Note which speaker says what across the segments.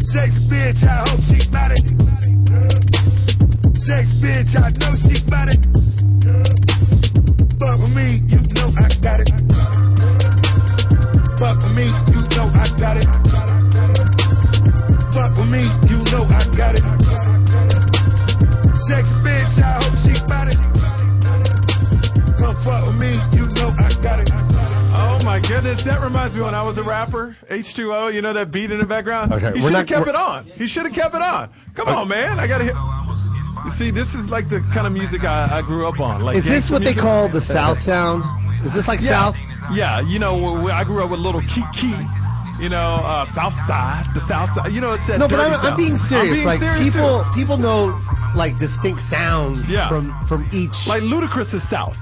Speaker 1: Sex bitch, I hope she bout it. Sex bitch, I know she bout it. Fuck with me, you know I got it. Fuck with me, you know I got it. Fuck with me, you know I got it. Sex bitch, I hope she bout it. Come fuck with me, you know I got it.
Speaker 2: Oh my goodness, that reminds me when I was a rapper, H2O, you know that beat in the background?
Speaker 3: Okay,
Speaker 2: he
Speaker 3: we're
Speaker 2: should have
Speaker 3: not-
Speaker 2: kept
Speaker 3: we're-
Speaker 2: it on. He should have kept it on. Come on, man. I got to hit. You see, this is like the kind of music I, I grew up on. Like
Speaker 3: Is this
Speaker 2: gangster
Speaker 3: what they
Speaker 2: music.
Speaker 3: call the South sound? Is this like
Speaker 2: Yeah.
Speaker 3: South?
Speaker 2: Yeah, you know, w- w- I grew up with little Kiki. You know, uh, South Side, the South Side. You know, it's that.
Speaker 3: No, but
Speaker 2: dirty
Speaker 3: I'm, I'm
Speaker 2: South.
Speaker 3: being serious.
Speaker 2: I'm being
Speaker 3: like
Speaker 2: serious,
Speaker 3: people,
Speaker 2: too.
Speaker 3: people know like distinct sounds
Speaker 2: Yeah.
Speaker 3: from from each.
Speaker 2: like Ludacris is South.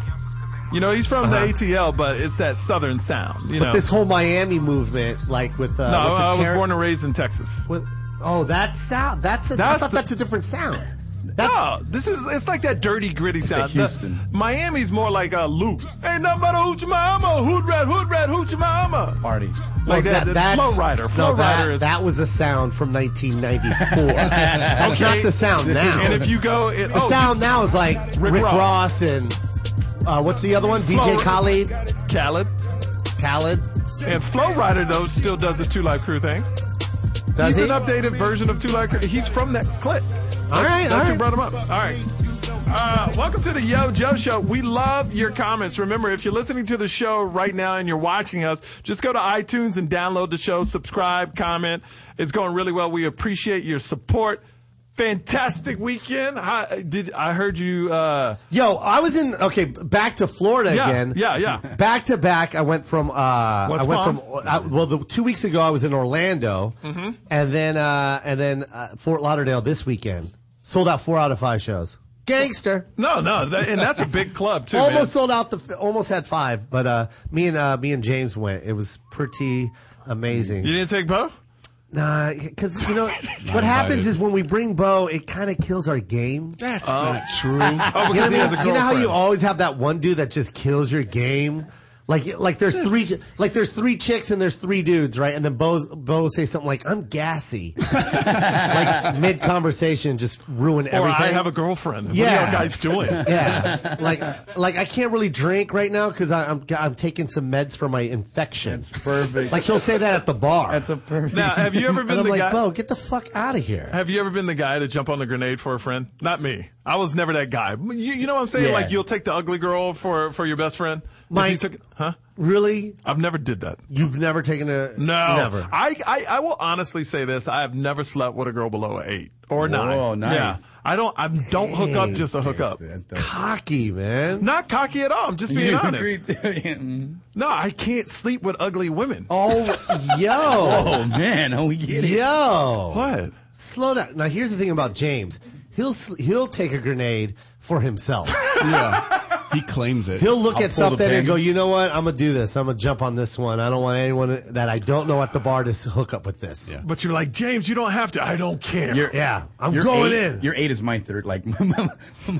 Speaker 2: You know, he's from the ATL, but it's that Southern sound. You know,
Speaker 3: Uh-huh. this whole Miami movement, like with uh,
Speaker 2: no,
Speaker 3: what's
Speaker 2: I, I
Speaker 3: it,
Speaker 2: was
Speaker 3: Terra-
Speaker 2: born and raised in Texas.
Speaker 3: with- oh, that's sound. That's a, I
Speaker 2: That's
Speaker 3: thought
Speaker 2: the-
Speaker 3: that's a different sound. That's
Speaker 2: no, this is it's like that dirty gritty sound.
Speaker 4: the Houston.
Speaker 2: The- Miami's more like a loop. Ain't nothing but a hoochie mama, hood rat, hood rat, hoochie mama.
Speaker 4: Party.
Speaker 2: Like
Speaker 3: well,
Speaker 2: that, that
Speaker 3: that's-
Speaker 2: flow rider,
Speaker 3: No,
Speaker 2: flow
Speaker 3: that,
Speaker 2: rider is.
Speaker 3: that was a sound from 1994. that's not the sound now.
Speaker 2: and if you go, it,
Speaker 3: the
Speaker 2: oh,
Speaker 3: sound now is like
Speaker 2: Rick
Speaker 3: Rick,
Speaker 2: Ross.
Speaker 3: Ross. and uh, what's the other one?
Speaker 2: Flo-
Speaker 3: DJ Khalid.
Speaker 2: Khaled
Speaker 3: Khalid.
Speaker 2: and Flow Rider though still does the Two Life Crew thing.
Speaker 3: Does
Speaker 2: he's
Speaker 3: he?
Speaker 2: an updated version of Two Life Crew. He's from that clip.
Speaker 3: All right,
Speaker 2: that's
Speaker 3: all
Speaker 2: who
Speaker 3: right.
Speaker 2: brought him up. All right. Uh, welcome to the Yo Joe Show. We love your comments. Remember, if you're listening to the show right now and you're watching us, just go to iTunes and download the show, subscribe, comment. It's going really well. We appreciate your support. Fantastic weekend. Hi, did I heard you? Uh,
Speaker 3: Yo, I was in. Okay, back to Florida
Speaker 2: Yeah,
Speaker 3: again.
Speaker 2: yeah, yeah.
Speaker 3: Back to back, I went from. Uh, I
Speaker 2: West
Speaker 3: went
Speaker 2: Palm? Mm-hmm.
Speaker 3: from. I, well, the, two weeks ago I was in Orlando, and then uh, and then uh, Fort Lauderdale this weekend. Sold out four out of five shows. Gangster.
Speaker 2: no, no, that, and that's a big club too. man.
Speaker 3: Almost sold out the. f- Almost had five, but uh, me and uh, me and James went. It was pretty amazing.
Speaker 2: You didn't take Bo?
Speaker 3: Nah, because you know what happens
Speaker 4: invited.
Speaker 3: is when we bring Bo, it kind of kills our game.
Speaker 4: That's not true.
Speaker 2: Oh,
Speaker 3: You know,
Speaker 2: because
Speaker 3: what I
Speaker 2: he has a
Speaker 3: mean? You know how you
Speaker 2: girlfriend.
Speaker 3: always have that one dude that just kills your game. Like, like there's three, like there's three chicks and there's three dudes, right? And then Bo, Bo will say something like, "I'm gassy," like mid conversation, just ruin
Speaker 2: Or
Speaker 3: everything.
Speaker 2: I have a girlfriend. What are
Speaker 3: Yeah.
Speaker 2: y'all guys doing?
Speaker 3: yeah, like, like I can't really drink right now because I'm I'm taking some meds for my infection.
Speaker 4: That's perfect.
Speaker 3: Like he'll say that at the bar.
Speaker 4: That's a perfect.
Speaker 2: Now, have you ever
Speaker 3: and
Speaker 2: been
Speaker 3: I'm
Speaker 2: the
Speaker 3: like,
Speaker 2: guy?
Speaker 3: Bo, get the fuck out of here.
Speaker 2: Have you ever been the guy to jump on the grenade for a friend? Not me. I was never that guy. You, you know what I'm saying?
Speaker 4: Yeah.
Speaker 2: Like you'll take the ugly girl for for your best friend. If
Speaker 3: Mike.
Speaker 2: you took- huh?
Speaker 3: Really?
Speaker 2: I've never did that.
Speaker 3: You've never taken a
Speaker 2: No,
Speaker 3: never.
Speaker 2: I, I I will honestly say this: I have never slept with a girl below an eight or nine.
Speaker 4: Whoa, nice.
Speaker 2: Yeah, I don't. I don't hook up just to hook up.
Speaker 4: That's dope.
Speaker 3: Hockey, man.
Speaker 2: Not cocky at all. I'm just being
Speaker 4: You
Speaker 2: honest.
Speaker 4: agree to- Mm.
Speaker 2: No, I can't sleep with ugly women.
Speaker 3: Oh, yo.
Speaker 4: oh man, oh we get it.
Speaker 3: Yo.
Speaker 2: What?
Speaker 3: Slow down. Now, here's the thing about James. He'll sl- he'll take a grenade for himself.
Speaker 5: Yeah. He claims it.
Speaker 3: He'll look
Speaker 4: I'll
Speaker 3: at
Speaker 4: pull the
Speaker 3: something and
Speaker 4: pin.
Speaker 3: go, you know what? I'm gonna do this. I'm gonna jump on this one. I don't want anyone that I don't know at the bar to s- hook up with this. Yeah,
Speaker 2: But you're like James. You don't have to. I don't care.
Speaker 4: You're-
Speaker 3: I'm
Speaker 4: Your
Speaker 3: going
Speaker 4: eight,
Speaker 3: in.
Speaker 4: Your eight is my third, like my, my,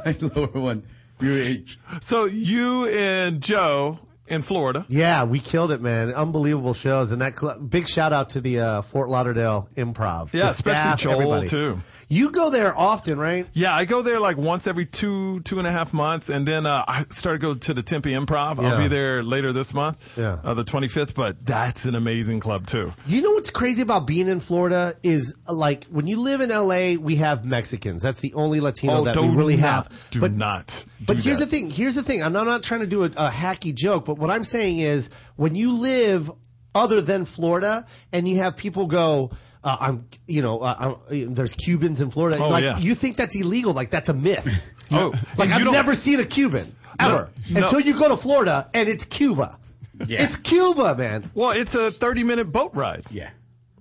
Speaker 4: my lower one. Your eight.
Speaker 2: so you and Joe in Florida.
Speaker 3: yeah, we killed it, man. Unbelievable shows, and that cl- big shout out to the uh, Fort Lauderdale Improv.
Speaker 2: Yeah,
Speaker 3: the
Speaker 2: especially
Speaker 3: staff,
Speaker 2: Joel,
Speaker 3: everybody.
Speaker 2: too.
Speaker 3: You go there often, right?
Speaker 2: Yeah, I go there like once every two two and a half months, and then uh, I start to go to the Tempe Improv. I'll
Speaker 3: Yeah.
Speaker 2: be there later this month,
Speaker 3: Yeah.
Speaker 2: uh, the twenty fifth. But that's an amazing club too.
Speaker 3: You know what's crazy about being in Florida is uh, like when you live in LA, we have Mexicans. That's the only Latino that we
Speaker 2: Oh, do
Speaker 3: really
Speaker 2: not-
Speaker 3: have.
Speaker 2: Do
Speaker 3: but
Speaker 2: not.
Speaker 3: but
Speaker 2: do
Speaker 3: here's
Speaker 2: that.
Speaker 3: the thing. Here's the thing. I'm not, I'm not trying to do a, a hacky joke, but what I'm saying is when you live other than Florida and you have people go. Uh, I'm, you know, uh, I'm, uh, there's Cubans in Florida.
Speaker 2: Oh,
Speaker 3: like
Speaker 2: yeah.
Speaker 3: you think that's illegal? Like that's a myth.
Speaker 2: Oh,
Speaker 3: like
Speaker 2: you
Speaker 3: I've
Speaker 2: don't-
Speaker 3: never seen a Cuban ever
Speaker 2: No, no.
Speaker 3: until you go to Florida and it's Cuba.
Speaker 4: Yeah.
Speaker 3: It's Cuba, man.
Speaker 2: Well, it's a thirty minute boat ride.
Speaker 4: Yeah.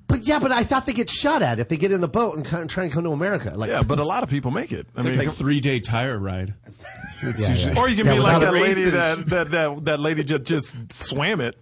Speaker 3: But yeah, but I thought they get shot at if they get in the boat and co- and try and come to America. Like,
Speaker 2: Yeah, but a lot of people make it. I mean,
Speaker 5: It's like three day tire ride. It's
Speaker 3: yeah.
Speaker 5: usually
Speaker 2: or you can
Speaker 3: Yeah,
Speaker 2: be
Speaker 3: without
Speaker 2: like
Speaker 3: a
Speaker 2: that lady
Speaker 4: racist.
Speaker 2: that that that, that lady just just swam it.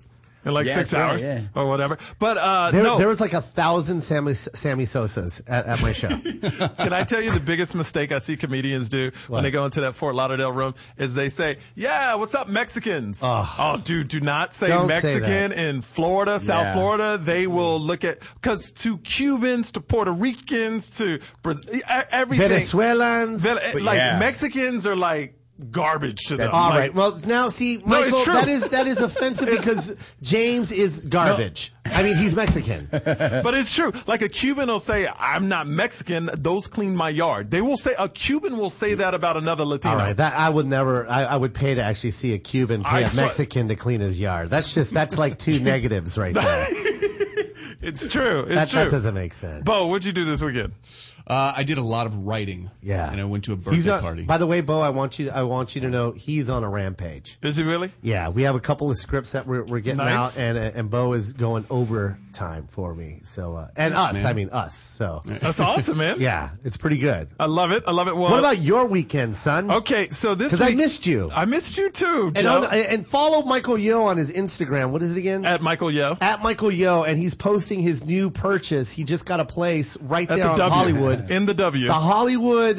Speaker 2: in like
Speaker 4: Yeah,
Speaker 2: six
Speaker 4: that's right,
Speaker 2: hours
Speaker 4: yeah.
Speaker 2: or whatever. But uh,
Speaker 3: There,
Speaker 2: no,
Speaker 3: there was like a thousand Sammy, Sammy Sosas at, at my show.
Speaker 2: Can I tell you the biggest mistake I see comedians do when they go into that Fort Lauderdale room is they say, "Yeah, what's up, Mexicans?" Oh, dude, do not say
Speaker 3: Don't say
Speaker 2: Mexican in Florida, South
Speaker 4: Yeah.
Speaker 2: Florida. They will look at because to Cubans, to Puerto Ricans, to Bra- e- everything,
Speaker 3: Venezuelans.
Speaker 2: Ven-
Speaker 4: But
Speaker 2: like
Speaker 4: yeah.
Speaker 2: Mexicans are like garbage to them.
Speaker 3: All
Speaker 2: Like,
Speaker 3: right. Well, now see,
Speaker 2: it's
Speaker 3: Michael,
Speaker 2: true.
Speaker 3: that is that is offensive because James is garbage. I mean, he's Mexican.
Speaker 2: But it's true. Like a Cuban will say, "I'm not Mexican. Those clean my yard." They will say a Cuban will say that about another Latino.
Speaker 3: All right, that I would never. I, I would pay to actually see a Cuban
Speaker 2: I
Speaker 3: pay a
Speaker 2: saw-
Speaker 3: Mexican to clean his yard. That's just that's like two negatives right there.
Speaker 2: It's true. It's
Speaker 3: That,
Speaker 2: true.
Speaker 3: that doesn't make sense.
Speaker 2: Bo, what'd you do this weekend?
Speaker 5: Uh, I did a lot of writing.
Speaker 3: yeah,
Speaker 5: And I went to a birthday
Speaker 3: He's on-
Speaker 5: party.
Speaker 3: By the way, Bo, I want you. I want you to know he's on a rampage.
Speaker 2: Is he really?
Speaker 3: Yeah, we have a couple of scripts that we're, we're getting
Speaker 2: Nice.
Speaker 3: out, and and Bo is going overtime for me. So uh, and us, I mean us. So
Speaker 2: That's awesome, man.
Speaker 3: yeah, it's pretty good.
Speaker 2: I love it. I love it. Well,
Speaker 3: What about your weekend, son?
Speaker 2: Okay, so this
Speaker 3: Because I
Speaker 2: week-
Speaker 3: missed you.
Speaker 2: I missed you too,
Speaker 3: and,
Speaker 2: Joe.
Speaker 3: on, uh, and follow Michael Yo on his Instagram. What is it again?
Speaker 2: at Michael Yo.
Speaker 3: at Michael Yo, and he's posting his new purchase. He just got a place right
Speaker 2: At
Speaker 3: there on
Speaker 2: W.
Speaker 3: uh, Hollywood,
Speaker 2: In the W.
Speaker 3: the Hollywood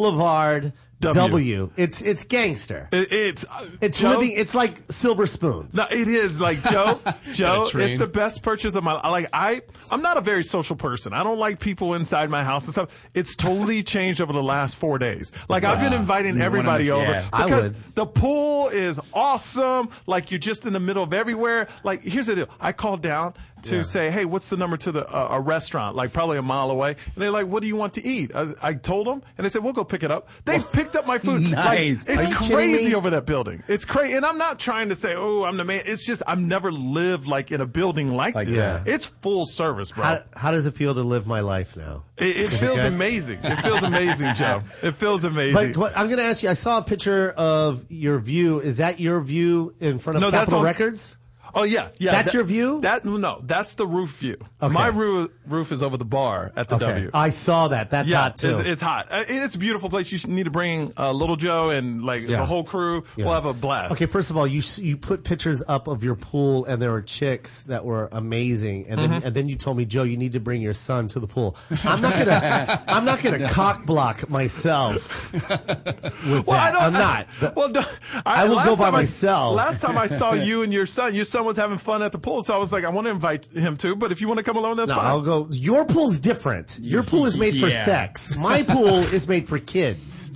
Speaker 3: Boulevard
Speaker 2: W.
Speaker 3: W. It's it's gangster.
Speaker 2: It- it's uh,
Speaker 3: It's
Speaker 2: Joe,
Speaker 3: living. It's like silver spoons.
Speaker 2: No, it is like Joe. Joe,
Speaker 5: train.
Speaker 2: it's the best purchase of my life. Like I, I'm not a very social person. I don't like people inside my house and stuff. It's totally changed over the last four days. Like I've been
Speaker 4: Wow.
Speaker 2: inviting
Speaker 4: You wanna
Speaker 2: everybody
Speaker 4: make-
Speaker 2: over
Speaker 4: yeah.
Speaker 3: I
Speaker 2: because
Speaker 3: would.
Speaker 2: the pool is awesome. Like you're just in the middle of everywhere. Like here's the deal. I called down to say, hey, what's the number to the uh, a restaurant? Like probably a mile away. And they're like, what do you want to eat? I, I told them, and they said, we'll go pick it up. They picked up my food. Like,
Speaker 4: Nice.
Speaker 2: it's
Speaker 4: Are you
Speaker 3: kidding me?
Speaker 2: crazy over over that building. It's crazy. And I'm not trying to say, oh, I'm the man. It's just I've never lived like in a building like,
Speaker 4: Like
Speaker 2: this.
Speaker 4: that.
Speaker 2: It's full service, bro.
Speaker 3: How, how does it feel to live my life now?
Speaker 2: it, it feels amazing. It feels amazing, Joe. It feels amazing.
Speaker 3: But what, I'm going to ask you. I saw a picture of your view. Is that your view in front of
Speaker 2: No, that's
Speaker 3: Capitol
Speaker 2: on-
Speaker 3: Records?
Speaker 2: Oh yeah, yeah.
Speaker 3: That's
Speaker 2: that-
Speaker 3: your view?
Speaker 2: That no, that's the roof view.
Speaker 3: Okay.
Speaker 2: My roof roof is over the bar at the W.
Speaker 3: I saw that. That's
Speaker 2: yeah,
Speaker 3: hot too.
Speaker 2: It's, it's hot. Uh, It's a beautiful place. You should need to bring uh, little Joe and like
Speaker 3: Yeah.
Speaker 2: the whole crew. We'll
Speaker 3: Yeah.
Speaker 2: have a blast.
Speaker 3: Okay, first of all, you s- you put pictures up of your pool, and there were chicks that were amazing, and
Speaker 2: Mm-hmm.
Speaker 3: then and then you told me, Joe, you need to bring your son to the pool. I'm not gonna I'm not gonna cock block myself with
Speaker 2: Well, I
Speaker 3: that.
Speaker 2: don't,
Speaker 3: I'm not. The-
Speaker 2: well, no,
Speaker 3: I will
Speaker 2: last
Speaker 3: go by
Speaker 2: time I-
Speaker 3: myself.
Speaker 2: last time I saw you and your son, your son was having fun at the pool, so I was like, I want to invite him too. But if you want to come alone, that's
Speaker 3: no,
Speaker 2: fine.
Speaker 3: I'll go. Your pool's different. Your pool is made for
Speaker 4: Yeah.
Speaker 3: sex. My pool is made for kids.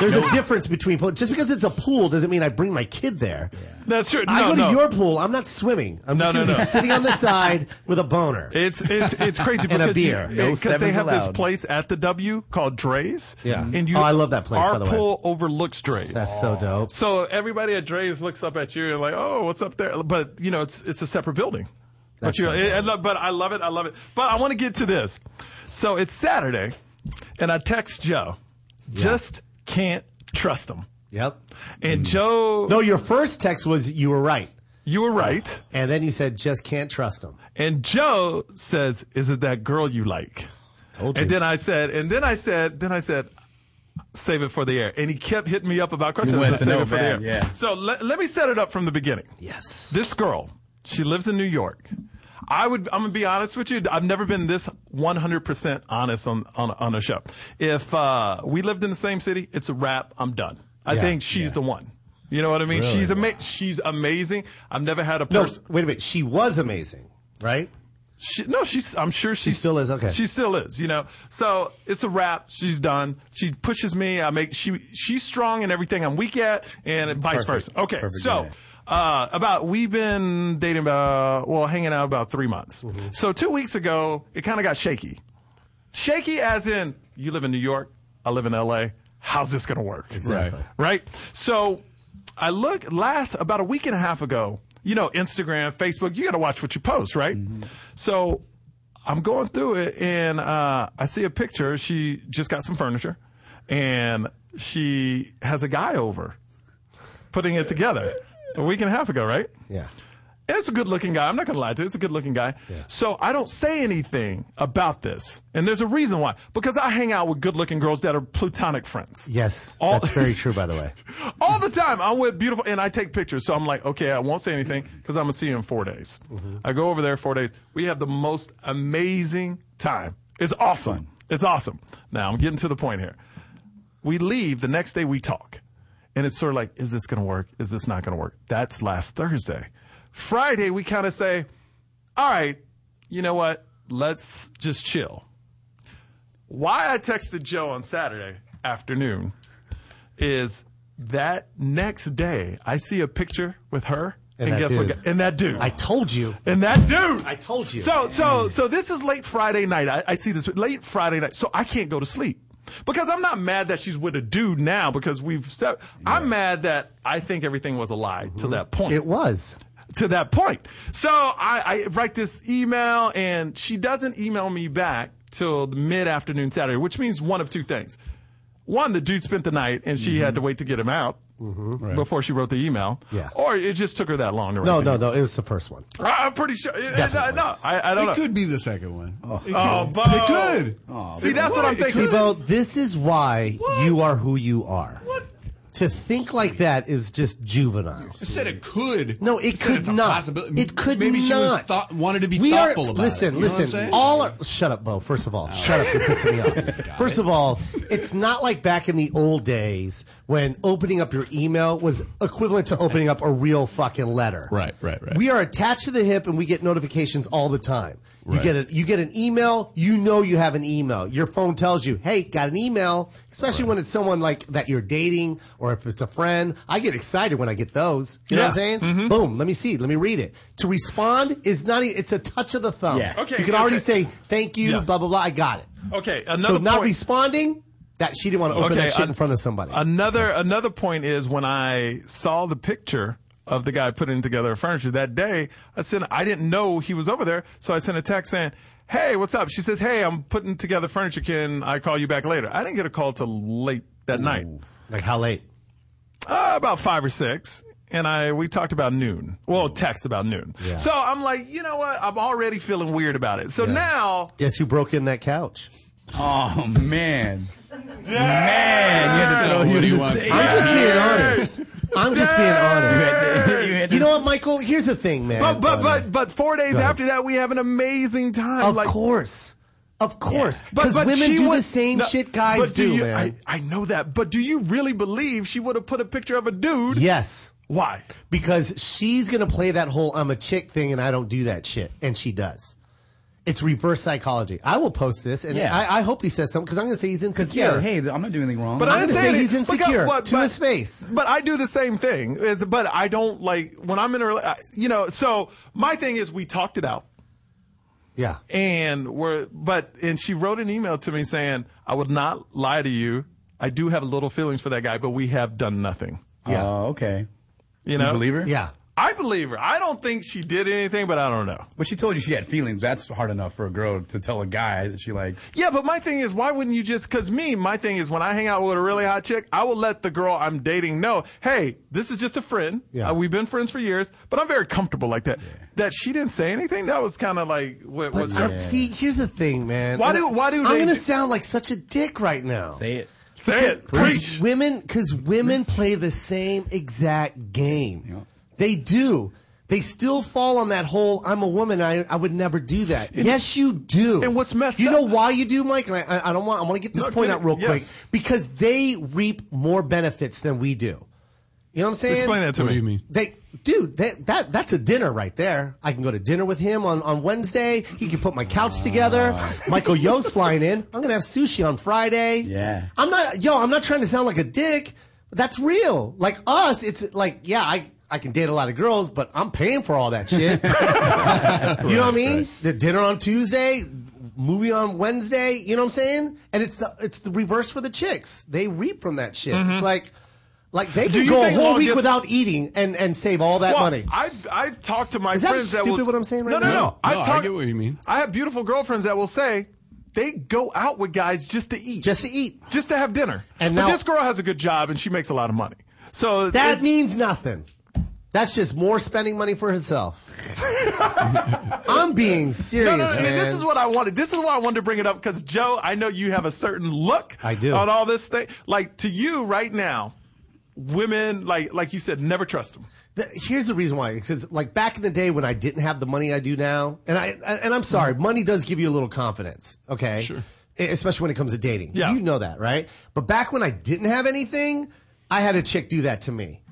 Speaker 3: There's a difference between pool. Just because it's a pool doesn't mean I bring my kid there.
Speaker 2: that's true. No,
Speaker 3: I go
Speaker 2: no.
Speaker 3: to your pool. I'm not swimming. I'm just
Speaker 2: No,
Speaker 3: gonna
Speaker 2: no,
Speaker 3: be
Speaker 2: no.
Speaker 3: sitting on the side with a boner.
Speaker 2: It's it's it's crazy
Speaker 3: And a
Speaker 2: because you-
Speaker 3: beer.
Speaker 2: it-
Speaker 4: No
Speaker 2: 'cause they
Speaker 4: sevens
Speaker 2: have this
Speaker 4: allowed.
Speaker 2: place at the W called Dre's.
Speaker 3: Yeah.
Speaker 2: and you.
Speaker 3: Oh, I love that place,
Speaker 2: Our
Speaker 3: by the way.
Speaker 2: pool overlooks Dre's.
Speaker 3: That's so dope.
Speaker 2: so everybody at Dre's looks up at you and like, oh, what's up there? But you know, it's it's a separate building. but
Speaker 3: That's
Speaker 2: you,
Speaker 3: so
Speaker 2: I- I love- but I love it. I love it. But I want to get to this. So it's Saturday, and I text Joe. Just can't trust him.
Speaker 3: Yep.
Speaker 2: And Joe,
Speaker 3: Mm. No, your first text was you were right.
Speaker 2: you were right.
Speaker 3: And then you said just can't trust him.
Speaker 2: And Joe says, "Is it that girl you like?"
Speaker 3: Told you.
Speaker 2: And then I said, and then I said, then I said, save it for the air. And he kept hitting me up about questions.
Speaker 4: You went
Speaker 2: I said,
Speaker 4: to
Speaker 2: save
Speaker 4: no
Speaker 2: it for
Speaker 4: bad,
Speaker 2: the air.
Speaker 4: yeah.
Speaker 2: So let, let me set it up from the beginning.
Speaker 3: yes.
Speaker 2: This girl, she lives in New York. I would, I'm gonna be honest with you. I've never been this 100% honest on, on, on a show. If, uh, we lived in the same city, it's a wrap. I'm done. I
Speaker 3: Yeah,
Speaker 2: think she's the one. You know what I mean? She's ama- she's amazing. I've never had a
Speaker 3: No,
Speaker 2: person.
Speaker 3: wait a minute. She was amazing, right?
Speaker 2: She, no, she's. I'm sure she
Speaker 3: still is, okay.
Speaker 2: she still is. You know, so it's a wrap. She's done. She pushes me. I make she she's strong in everything I'm weak at, and vice
Speaker 4: Perfect.
Speaker 2: versa. Okay,
Speaker 4: Perfect,
Speaker 2: so.
Speaker 4: yeah.
Speaker 2: Uh, about we've been dating about well hanging out about three months. So two weeks ago, it kind of got shaky. Shaky as in you live in New York, I live in L.A. How's this gonna work?
Speaker 5: Exactly.
Speaker 2: Right. So I look last about a week and a half ago, you know, Instagram, Facebook, you got to watch what you post, right? So I'm going through it and uh, I see a picture. She just got some furniture and she has a guy over putting it together a week and a half ago, right?
Speaker 3: Yeah.
Speaker 2: And it's a good looking guy. I'm not going to lie to you. It's a good looking guy. So I don't say anything about this. And there's a reason why. Because I hang out with good looking girls that are plutonic friends.
Speaker 3: Yes,
Speaker 2: All-
Speaker 3: that's very true, by the way.
Speaker 2: All the time. I'm with beautiful, and I take pictures. So I'm like, okay, I won't say anything because I'm going to see you in four days. I go over there four days. We have the most amazing time. It's awesome. It's awesome. Now I'm getting to the point here. We leave the next day, we talk. And it's sort of like, is this going to work? Is this not going to work? That's last Thursday. Friday, we kind of say, all right, you know what? Let's just chill. Why I texted Joe on Saturday afternoon is that next day I see a picture with her and,
Speaker 3: that
Speaker 2: guess
Speaker 3: dude.
Speaker 2: what? And that dude.
Speaker 3: I told you.
Speaker 2: and that dude.
Speaker 3: I told you.
Speaker 2: So so so this is late Friday night. I, I see this late Friday night. So I can't go to sleep. Because I'm not mad that she's with a dude now because we've set, I'm mad that I think everything was a lie to
Speaker 3: Mm-hmm.
Speaker 2: that point
Speaker 3: It was.
Speaker 2: to that point. So I, I write this email and she doesn't email me back till mid afternoon Saturday, which means one of two things. One, the dude spent the night and she had to wait to get him out before she wrote the email.
Speaker 3: Yeah.
Speaker 2: Or it just took her that long to write
Speaker 3: No,
Speaker 2: the
Speaker 3: no,
Speaker 2: email.
Speaker 3: no. It was the first one.
Speaker 2: I, I'm pretty sure. it- it- no, no, I, I don't
Speaker 5: It
Speaker 2: know.
Speaker 5: could be the second one. It
Speaker 2: Oh,
Speaker 5: could.
Speaker 2: Bo.
Speaker 5: It could.
Speaker 2: See, that's what I'm thinking.
Speaker 3: Tebow, this is why you are who you are.
Speaker 5: What?
Speaker 3: To think like that is just juvenile.
Speaker 5: I said it could.
Speaker 3: No, it
Speaker 5: I said
Speaker 3: could
Speaker 5: it's a
Speaker 3: not.
Speaker 5: possibil-
Speaker 3: It could
Speaker 5: Maybe
Speaker 3: not.
Speaker 5: she was thought, wanted to be
Speaker 3: we
Speaker 5: thoughtful
Speaker 3: are,
Speaker 5: about
Speaker 3: listen,
Speaker 5: it. You know what I'm
Speaker 3: Listen,
Speaker 5: saying? Oh.
Speaker 3: All our, shut up, Bo. First of all, shut up. You're pissing me off. First of all, it's not like back in the old days when opening up your email was equivalent to opening up a real fucking letter.
Speaker 5: Right, right, right.
Speaker 3: We are attached to the hip, and we get notifications all the time. You
Speaker 5: Right.
Speaker 3: get a, you get an email. You know you have an email. Your phone tells you, "Hey, got an email." Especially when it's someone like that you're dating, or if it's a friend. I get excited when I get those. You know what I'm
Speaker 2: Yeah. Mm-hmm.
Speaker 3: saying? Boom. Let me see. Let me read it. To respond is not. e- It's a touch of the thumb.
Speaker 4: Yeah.
Speaker 2: Okay,
Speaker 3: You can already
Speaker 2: okay.
Speaker 3: say thank you.
Speaker 2: Yes.
Speaker 3: Blah blah blah. I got it.
Speaker 2: okay, another
Speaker 3: so not
Speaker 2: point.
Speaker 3: responding. That she didn't want to open
Speaker 2: Okay,
Speaker 3: that shit
Speaker 2: an-
Speaker 3: in front of somebody.
Speaker 2: Another another point is when I saw the picture of the guy putting together furniture that day, I said I didn't know he was over there, so I sent a text saying, "Hey, what's up?" She says, "Hey, I'm putting together furniture. Can I call you back later?" I didn't get a call till late that night,
Speaker 3: like how late?
Speaker 2: uh, about five or six. And I we talked about noon. Well, text about noon.
Speaker 3: Yeah.
Speaker 2: So I'm like, you know what? I'm already feeling weird about it. So now
Speaker 3: Guess who broke in that couch?
Speaker 4: Oh man, man, you had to
Speaker 5: So
Speaker 4: throw
Speaker 5: what
Speaker 4: him
Speaker 5: do
Speaker 4: to
Speaker 5: you
Speaker 4: the
Speaker 5: want?
Speaker 4: stage.
Speaker 3: I'm just being honest. I'm just being honest.
Speaker 4: You had to-
Speaker 3: You know what, Michael? Here's the thing, man.
Speaker 2: but but but but four days after that we have an amazing time.
Speaker 3: of
Speaker 2: like,
Speaker 3: course, of course,
Speaker 2: But-
Speaker 3: because
Speaker 2: but
Speaker 3: women
Speaker 2: she
Speaker 3: do the
Speaker 2: would-
Speaker 3: same
Speaker 2: no,
Speaker 3: shit guys
Speaker 2: but
Speaker 3: do,
Speaker 2: you-
Speaker 3: man.
Speaker 2: I, I know that, but do you really believe she would have put a picture of a dude?
Speaker 3: yes,
Speaker 2: Why?
Speaker 3: because she's gonna play that whole "I'm a chick" thing, and I don't do that shit, and she does. It's reverse psychology. I will post this, and
Speaker 4: Yeah.
Speaker 3: I, I hope he says something because I'm gonna say he's
Speaker 4: Because
Speaker 3: insecure.
Speaker 4: yeah, hey, I'm not doing anything wrong.
Speaker 2: But
Speaker 3: I'm
Speaker 2: I
Speaker 3: gonna
Speaker 2: understand
Speaker 3: say
Speaker 2: it,
Speaker 3: he's
Speaker 2: because
Speaker 3: insecure
Speaker 2: what-
Speaker 3: to his face.
Speaker 2: But I do the same thing. Is but I don't like when I'm in a rela- I- you know. So my thing is we talked it out.
Speaker 3: Yeah,
Speaker 2: and we're but and she wrote an email to me saying i would not lie to you i do have little feelings for that guy but we have done nothing
Speaker 3: yeah,
Speaker 2: Uh,
Speaker 4: Oh, okay.
Speaker 2: you know
Speaker 4: You believe her?
Speaker 3: yeah.
Speaker 2: i believe her i don't think she did anything but i don't know
Speaker 4: But she told you she had feelings. That's hard enough for a girl to tell a guy that she likes.
Speaker 2: yeah but my thing is why wouldn't you just because me my thing is when i hang out with a really hot chick i will let the girl i'm dating know hey this is just a friend
Speaker 3: Yeah.
Speaker 2: Uh, we've been friends for years but i'm very comfortable like that that she didn't say anything that was kind of like what
Speaker 3: But
Speaker 2: was
Speaker 3: uh, see, here's the thing, man.
Speaker 2: Why
Speaker 3: And
Speaker 2: do- why do
Speaker 3: I'm
Speaker 2: they
Speaker 3: gonna
Speaker 2: do-
Speaker 3: sound like such a dick right now?
Speaker 4: Say it.
Speaker 2: say it
Speaker 3: Because
Speaker 2: preach
Speaker 3: women, because women play the same exact game. They do. They still fall on that whole "I'm a woman. I, I would never do that." yes, you do.
Speaker 2: and what's messed
Speaker 3: You
Speaker 2: up-
Speaker 3: know why you do, Mike? And I- I, I don't want. I want to get this
Speaker 2: No,
Speaker 3: point
Speaker 2: get
Speaker 3: out
Speaker 2: it.
Speaker 3: real quick
Speaker 2: Yes.
Speaker 3: because they reap more benefits than we do. You know what I'm saying?
Speaker 2: explain that to
Speaker 5: What
Speaker 2: me
Speaker 5: do you mean?
Speaker 3: They, dude, that, that that's a dinner right there. I can go to dinner with him on, on Wednesday. He can put my couch together.
Speaker 2: Ah.
Speaker 3: Michael Yo's flying in. I'm gonna have sushi on Friday.
Speaker 4: Yeah.
Speaker 3: I'm not, yo. I'm not trying to sound like a dick. But that's real. Like us, it's like, yeah, I I can date a lot of girls, but I'm paying for all that shit. You know what I mean? The dinner on Tuesday, movie on Wednesday. You know what I'm saying? And it's the it's the reverse for the chicks. They reap from that shit. It's like. Like they could
Speaker 2: Mm-hmm. you
Speaker 3: go a
Speaker 2: think
Speaker 3: whole
Speaker 2: long
Speaker 3: week
Speaker 2: dis-
Speaker 3: without eating and, and save all that
Speaker 2: Well,
Speaker 3: money.
Speaker 2: I've I've talked to my
Speaker 3: Is that
Speaker 2: friends that
Speaker 3: stupid
Speaker 2: will,
Speaker 3: what I'm saying right
Speaker 2: no,
Speaker 3: now?
Speaker 2: No, no,
Speaker 3: No,
Speaker 2: I've
Speaker 5: I
Speaker 2: talked-
Speaker 5: get what you mean.
Speaker 2: I have beautiful girlfriends that will say they go out with guys just to eat,
Speaker 3: Just to eat.
Speaker 2: just to have dinner.
Speaker 3: And
Speaker 2: but
Speaker 3: now-
Speaker 2: this girl has a good job and she makes a lot of money. So
Speaker 3: That
Speaker 2: it's-
Speaker 3: means nothing. That's just more spending money for herself. I'm being serious,
Speaker 2: No, no, I mean,
Speaker 3: man.
Speaker 2: this is what I wanted. This is why I wanted to bring it up because Joe, I know you have a certain look.
Speaker 3: I do.
Speaker 2: on all this thing. Like to you right now, women, like like you said, never trust them.
Speaker 3: The- here's the reason why because like back in the day when i didn't have the money i do now and i and i'm sorry money does give you a little confidence okay
Speaker 2: Sure.
Speaker 3: E- especially when it comes to dating
Speaker 2: Yeah.
Speaker 3: you know that right but back when i didn't have anything i had a chick do that to me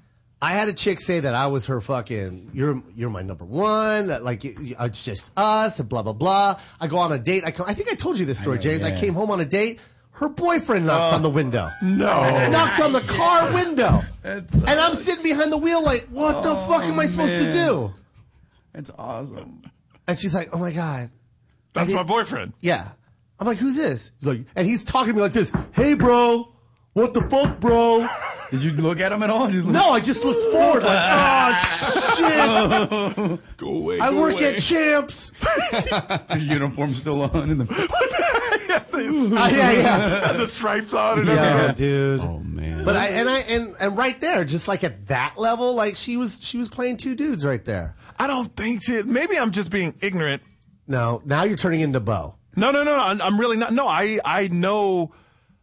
Speaker 3: I had a chick say that I was her fucking. You're you're my number one. that, Like you- you- it's just us. and Blah blah blah. I go on a date. I come, I think I told you this story,
Speaker 4: know,
Speaker 3: James. I
Speaker 4: yeah.
Speaker 3: came home on a date. Her boyfriend knocks on the window
Speaker 2: No.
Speaker 3: knocks on the car window.
Speaker 4: That's-
Speaker 3: and I'm sitting behind the wheel like, what the fuck am I supposed to
Speaker 4: man.
Speaker 3: do?
Speaker 4: That's awesome.
Speaker 3: And she's like, oh my God.
Speaker 2: That's
Speaker 3: I
Speaker 2: my
Speaker 3: did-
Speaker 2: boyfriend.
Speaker 3: Yeah. I'm like, who's this? He's like, and he's talking to me like this. Hey, bro. What the fuck, bro?
Speaker 4: Did you look at him at all? Just look-
Speaker 3: No, I just looked forward like, oh, shit.
Speaker 5: Go away.
Speaker 3: I
Speaker 5: go
Speaker 3: work
Speaker 5: away.
Speaker 3: at Champs.
Speaker 4: Your uniform still on in the.
Speaker 2: yes, it's-
Speaker 3: Ah, yeah, yeah.
Speaker 2: the stripes on and everything.
Speaker 3: Yeah, dude.
Speaker 5: Oh man.
Speaker 3: But I and I and, and right there, just like at that level, like she was she was playing two dudes right there.
Speaker 2: I don't think she. Maybe I'm just being ignorant.
Speaker 3: No, now you're turning into Bo.
Speaker 2: No, no, no, no. I'm, I'm really not. No, I, I know.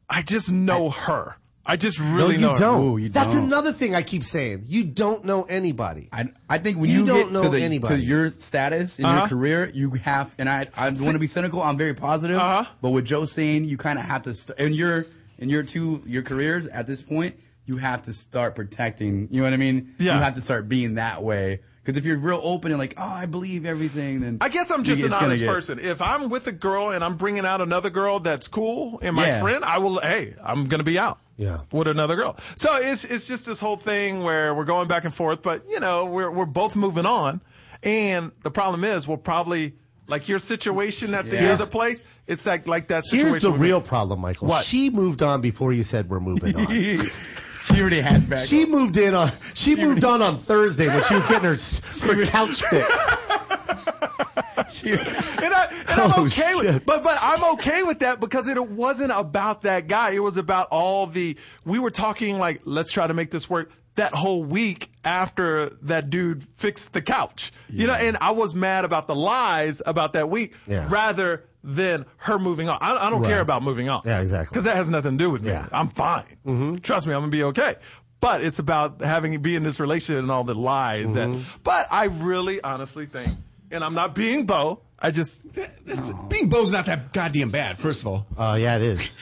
Speaker 2: I just know her. I just really know
Speaker 3: no, you
Speaker 2: her.
Speaker 3: don't.
Speaker 4: Ooh, you
Speaker 3: That's
Speaker 4: don't.
Speaker 3: another thing I keep saying. You don't know anybody.
Speaker 4: I, I think when
Speaker 3: You
Speaker 4: you,
Speaker 3: don't
Speaker 4: get
Speaker 3: know
Speaker 4: to, the,
Speaker 3: anybody.
Speaker 4: to your status in
Speaker 2: Uh-huh.
Speaker 4: your career, you have. And I I want to be cynical. I'm very positive.
Speaker 2: Uh-huh.
Speaker 4: But with Joe saying, you kind of have to. St- in your in your two your careers at this point, you have to start protecting. You know what I mean?
Speaker 2: Yeah.
Speaker 4: You have to start being that way. Because if you're real open and like, oh, I believe everything, then
Speaker 2: I guess I'm
Speaker 4: you-
Speaker 2: just an
Speaker 4: it's gonna
Speaker 2: honest
Speaker 4: get-
Speaker 2: person. If I'm with a girl and I'm bringing out another girl that's cool and my
Speaker 4: Yeah.
Speaker 2: friend, I will. Hey, I'm gonna be out.
Speaker 3: Yeah.
Speaker 2: With another girl. So it's it's just this whole thing where we're going back and forth, but you know we're we're both moving on, and the problem is we'll probably like your situation at the
Speaker 4: Yeah.
Speaker 2: other place. It's like like that situation.
Speaker 3: Here's the
Speaker 2: with me.
Speaker 3: real problem, Michael.
Speaker 2: What?
Speaker 3: She moved on before you said we're moving on.
Speaker 4: She already had back.
Speaker 3: she moved in on. She moved on on Thursday when she was getting her her couch fixed.
Speaker 4: She-
Speaker 2: and, I, and I'm
Speaker 3: Oh,
Speaker 2: okay with
Speaker 3: shit.
Speaker 2: but but I'm okay with that because it wasn't about that guy. It was about all the we were talking like let's try to make this work that whole week after that dude fixed the couch. You know, and I was mad about the lies about that week
Speaker 3: Yeah.
Speaker 2: rather than her moving on. I, I don't care
Speaker 3: Right.
Speaker 2: about moving on.
Speaker 3: Yeah, exactly.
Speaker 2: Cuz that has nothing to do with me.
Speaker 3: Yeah. Mm-hmm.
Speaker 2: I'm fine. Trust me, I'm going to be okay. But it's about having be in this relationship and all the lies
Speaker 3: Mm-hmm.
Speaker 2: that but I really honestly think and I'm not being Bo. I just
Speaker 5: That- that's- being Bo's not that goddamn bad. First of all,
Speaker 3: Oh yeah, it is.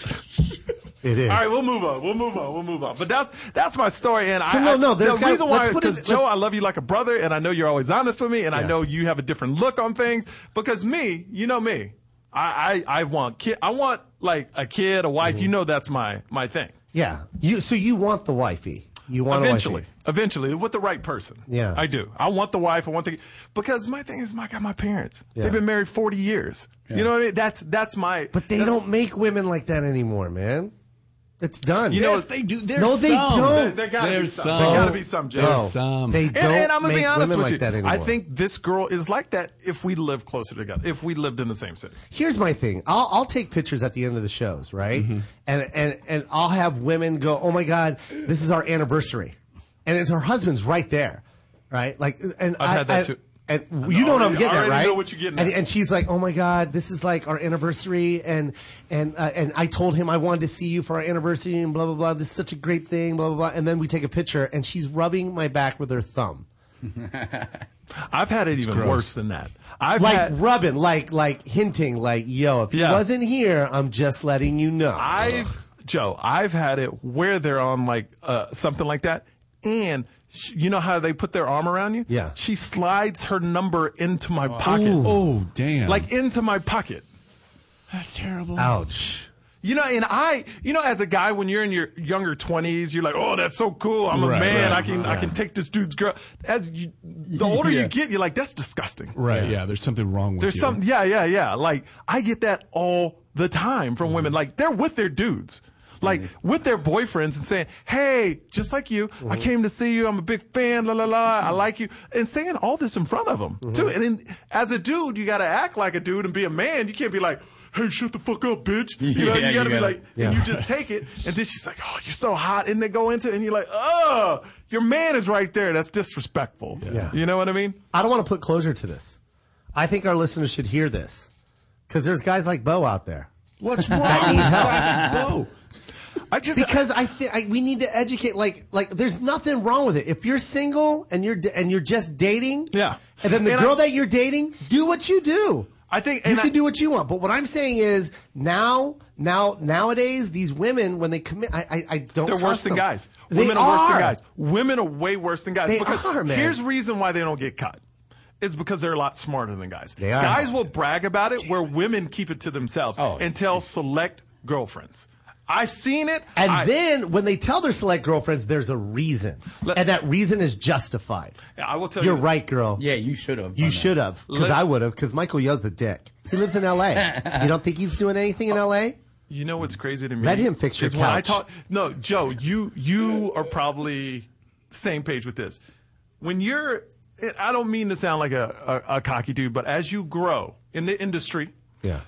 Speaker 3: It is.
Speaker 2: All right, we'll move on. We'll move on. We'll move on. But that's that's my story, and
Speaker 3: So,
Speaker 2: I
Speaker 3: no, no,
Speaker 2: I,
Speaker 3: there's
Speaker 2: the
Speaker 3: gotta-
Speaker 2: reason why
Speaker 3: let's
Speaker 2: is
Speaker 3: put it-
Speaker 2: 'cause, Joe,
Speaker 3: let's-
Speaker 2: I love you like a brother, and I know you're always honest with me, and I
Speaker 3: Yeah.
Speaker 2: know you have a different look on things because me, you know me, I I, I want kid, I want like a kid, a wife.
Speaker 3: Mm-hmm.
Speaker 2: You know that's my my thing.
Speaker 3: yeah. You. So you want the wifey? You want A
Speaker 2: Eventually,
Speaker 3: wifey.
Speaker 2: eventually, with the right person.
Speaker 3: Yeah.
Speaker 2: I do. I want the wife. I want the because my thing is, my God, my parents.
Speaker 3: Yeah.
Speaker 2: They've been married forty years. You know what I mean? That's that's my.
Speaker 3: But they
Speaker 2: that's-
Speaker 3: don't make women like that anymore, man. It's done.
Speaker 2: You know-
Speaker 5: yes, they do. There's
Speaker 3: No, they
Speaker 5: some.
Speaker 3: don't.
Speaker 2: There- there gotta be
Speaker 5: There's
Speaker 2: some.
Speaker 5: some.
Speaker 2: There
Speaker 3: Um,
Speaker 2: gotta be some, Joe.
Speaker 3: No,
Speaker 5: There's some.
Speaker 3: They
Speaker 5: And-
Speaker 3: don't
Speaker 2: and, and I'm gonna
Speaker 3: make
Speaker 2: be honest
Speaker 3: women
Speaker 2: with
Speaker 3: like
Speaker 2: you.
Speaker 3: that anymore.
Speaker 2: I think this girl is like that if we lived closer together, if we lived in the same city.
Speaker 3: here's my thing. I'll, I'll take pictures at the end of the shows, right?
Speaker 2: Mm-hmm.
Speaker 3: And and and I'll have women go, "Oh my god, this is our anniversary," and it's her husband's right there, right? Like, and
Speaker 2: I've
Speaker 3: I,
Speaker 2: had that
Speaker 3: I-
Speaker 2: too.
Speaker 3: And you know what I'm
Speaker 2: already-
Speaker 3: getting at,
Speaker 2: already
Speaker 3: right?
Speaker 2: know what you're getting
Speaker 3: and,
Speaker 2: at.
Speaker 3: and she's like, "Oh my god, this is like our anniversary," and and uh, and I told him I wanted to see you for our anniversary, and blah blah blah. This is such a great thing, blah blah blah. And then we take a picture, and she's rubbing my back with her thumb.
Speaker 2: I've had it even
Speaker 5: gross.
Speaker 2: worse than that. I've
Speaker 3: like
Speaker 2: had,
Speaker 3: rubbing, like like hinting, like yo, if
Speaker 2: Yeah.
Speaker 3: he wasn't here, I'm just letting you know.
Speaker 2: I've Joe, I've had it where they're on like uh, something like that, and sh- you know how they put their arm around you?
Speaker 3: Yeah.
Speaker 2: She slides her number into my pocket,
Speaker 5: Oh damn!
Speaker 2: like into my pocket.
Speaker 5: that's terrible.
Speaker 3: Ouch.
Speaker 2: You know, and I, you know, as a guy, when you're in your younger twenties, you're like, "Oh, that's so cool! I'm a
Speaker 5: Right,
Speaker 2: man.
Speaker 5: right,
Speaker 2: I can, I can take this dude's girl." As you, the older you get, you're like, "That's disgusting."
Speaker 5: Right? Yeah. there's something wrong with
Speaker 2: There's
Speaker 5: you.
Speaker 2: some, yeah, yeah, yeah. Like I get that all the time from women. Like they're with their dudes. like
Speaker 4: next time.
Speaker 2: with their boyfriends and saying, "Hey, just like you, I came to see you. I'm a big fan. La la la. I like you," and saying all this in front of them too. And then, as a dude, you got to act like a dude and be a man. You can't be like. Hey, shut the fuck up, bitch! You know
Speaker 4: Yeah,
Speaker 2: you gotta
Speaker 4: you
Speaker 2: be
Speaker 4: gotta-
Speaker 2: like,
Speaker 3: Yeah.
Speaker 2: and you just take it, and then she's like, "Oh, you're so hot," and they go into, it, and you're like, "Oh, your man is right there. That's disrespectful."
Speaker 3: Yeah.
Speaker 2: You know what I mean?
Speaker 3: I don't want to put closure to this. I think our listeners should hear this because there's guys like Bo out there.
Speaker 5: What's wrong
Speaker 3: That
Speaker 5: with
Speaker 3: needs help.
Speaker 5: classic Bo?
Speaker 2: I just
Speaker 3: Because I think we need to educate. Like, like there's nothing wrong with it. If you're single and you're d- and you're just dating,
Speaker 2: Yeah.
Speaker 3: And then the
Speaker 2: And I-
Speaker 3: girl that you're dating, do what you do.
Speaker 2: I think-
Speaker 3: you
Speaker 2: and
Speaker 3: can
Speaker 2: I-
Speaker 3: do what you want. But what I'm saying is now, now, nowadays, these women when they commit, I, I, I don't.
Speaker 2: They're
Speaker 3: trust
Speaker 2: worse than
Speaker 3: them.
Speaker 2: guys.
Speaker 3: They
Speaker 2: Women are. worse than
Speaker 3: are.
Speaker 2: guys. Women are way worse than guys.
Speaker 3: They
Speaker 2: because
Speaker 3: are, man.
Speaker 2: here's reason why they don't get caught. Is because they're a lot smarter than guys.
Speaker 3: They are.
Speaker 2: Guys will brag about it where women keep it to themselves
Speaker 4: Oh,
Speaker 2: and tell select girlfriends. I've seen it.
Speaker 3: And
Speaker 2: I-
Speaker 3: then when they tell their select girlfriends, there's a reason,
Speaker 2: Let-
Speaker 3: and that reason is justified.
Speaker 2: Yeah, I will tell
Speaker 3: You're
Speaker 2: you-
Speaker 3: right, girl.
Speaker 4: Yeah, you should have.
Speaker 3: You
Speaker 4: done
Speaker 3: should have, because
Speaker 2: Let-
Speaker 3: I would have, because Michael Yo's a dick. He lives in L.A. you don't think he's doing anything in L.A.?
Speaker 2: You know what's crazy to me?
Speaker 3: Let him fix your
Speaker 2: is when I
Speaker 3: couch.
Speaker 2: talk- no, Joe, you you are probably same page with this. When you're, I don't mean to sound like a, a, a cocky dude, but as you grow in the industry,
Speaker 3: Yeah.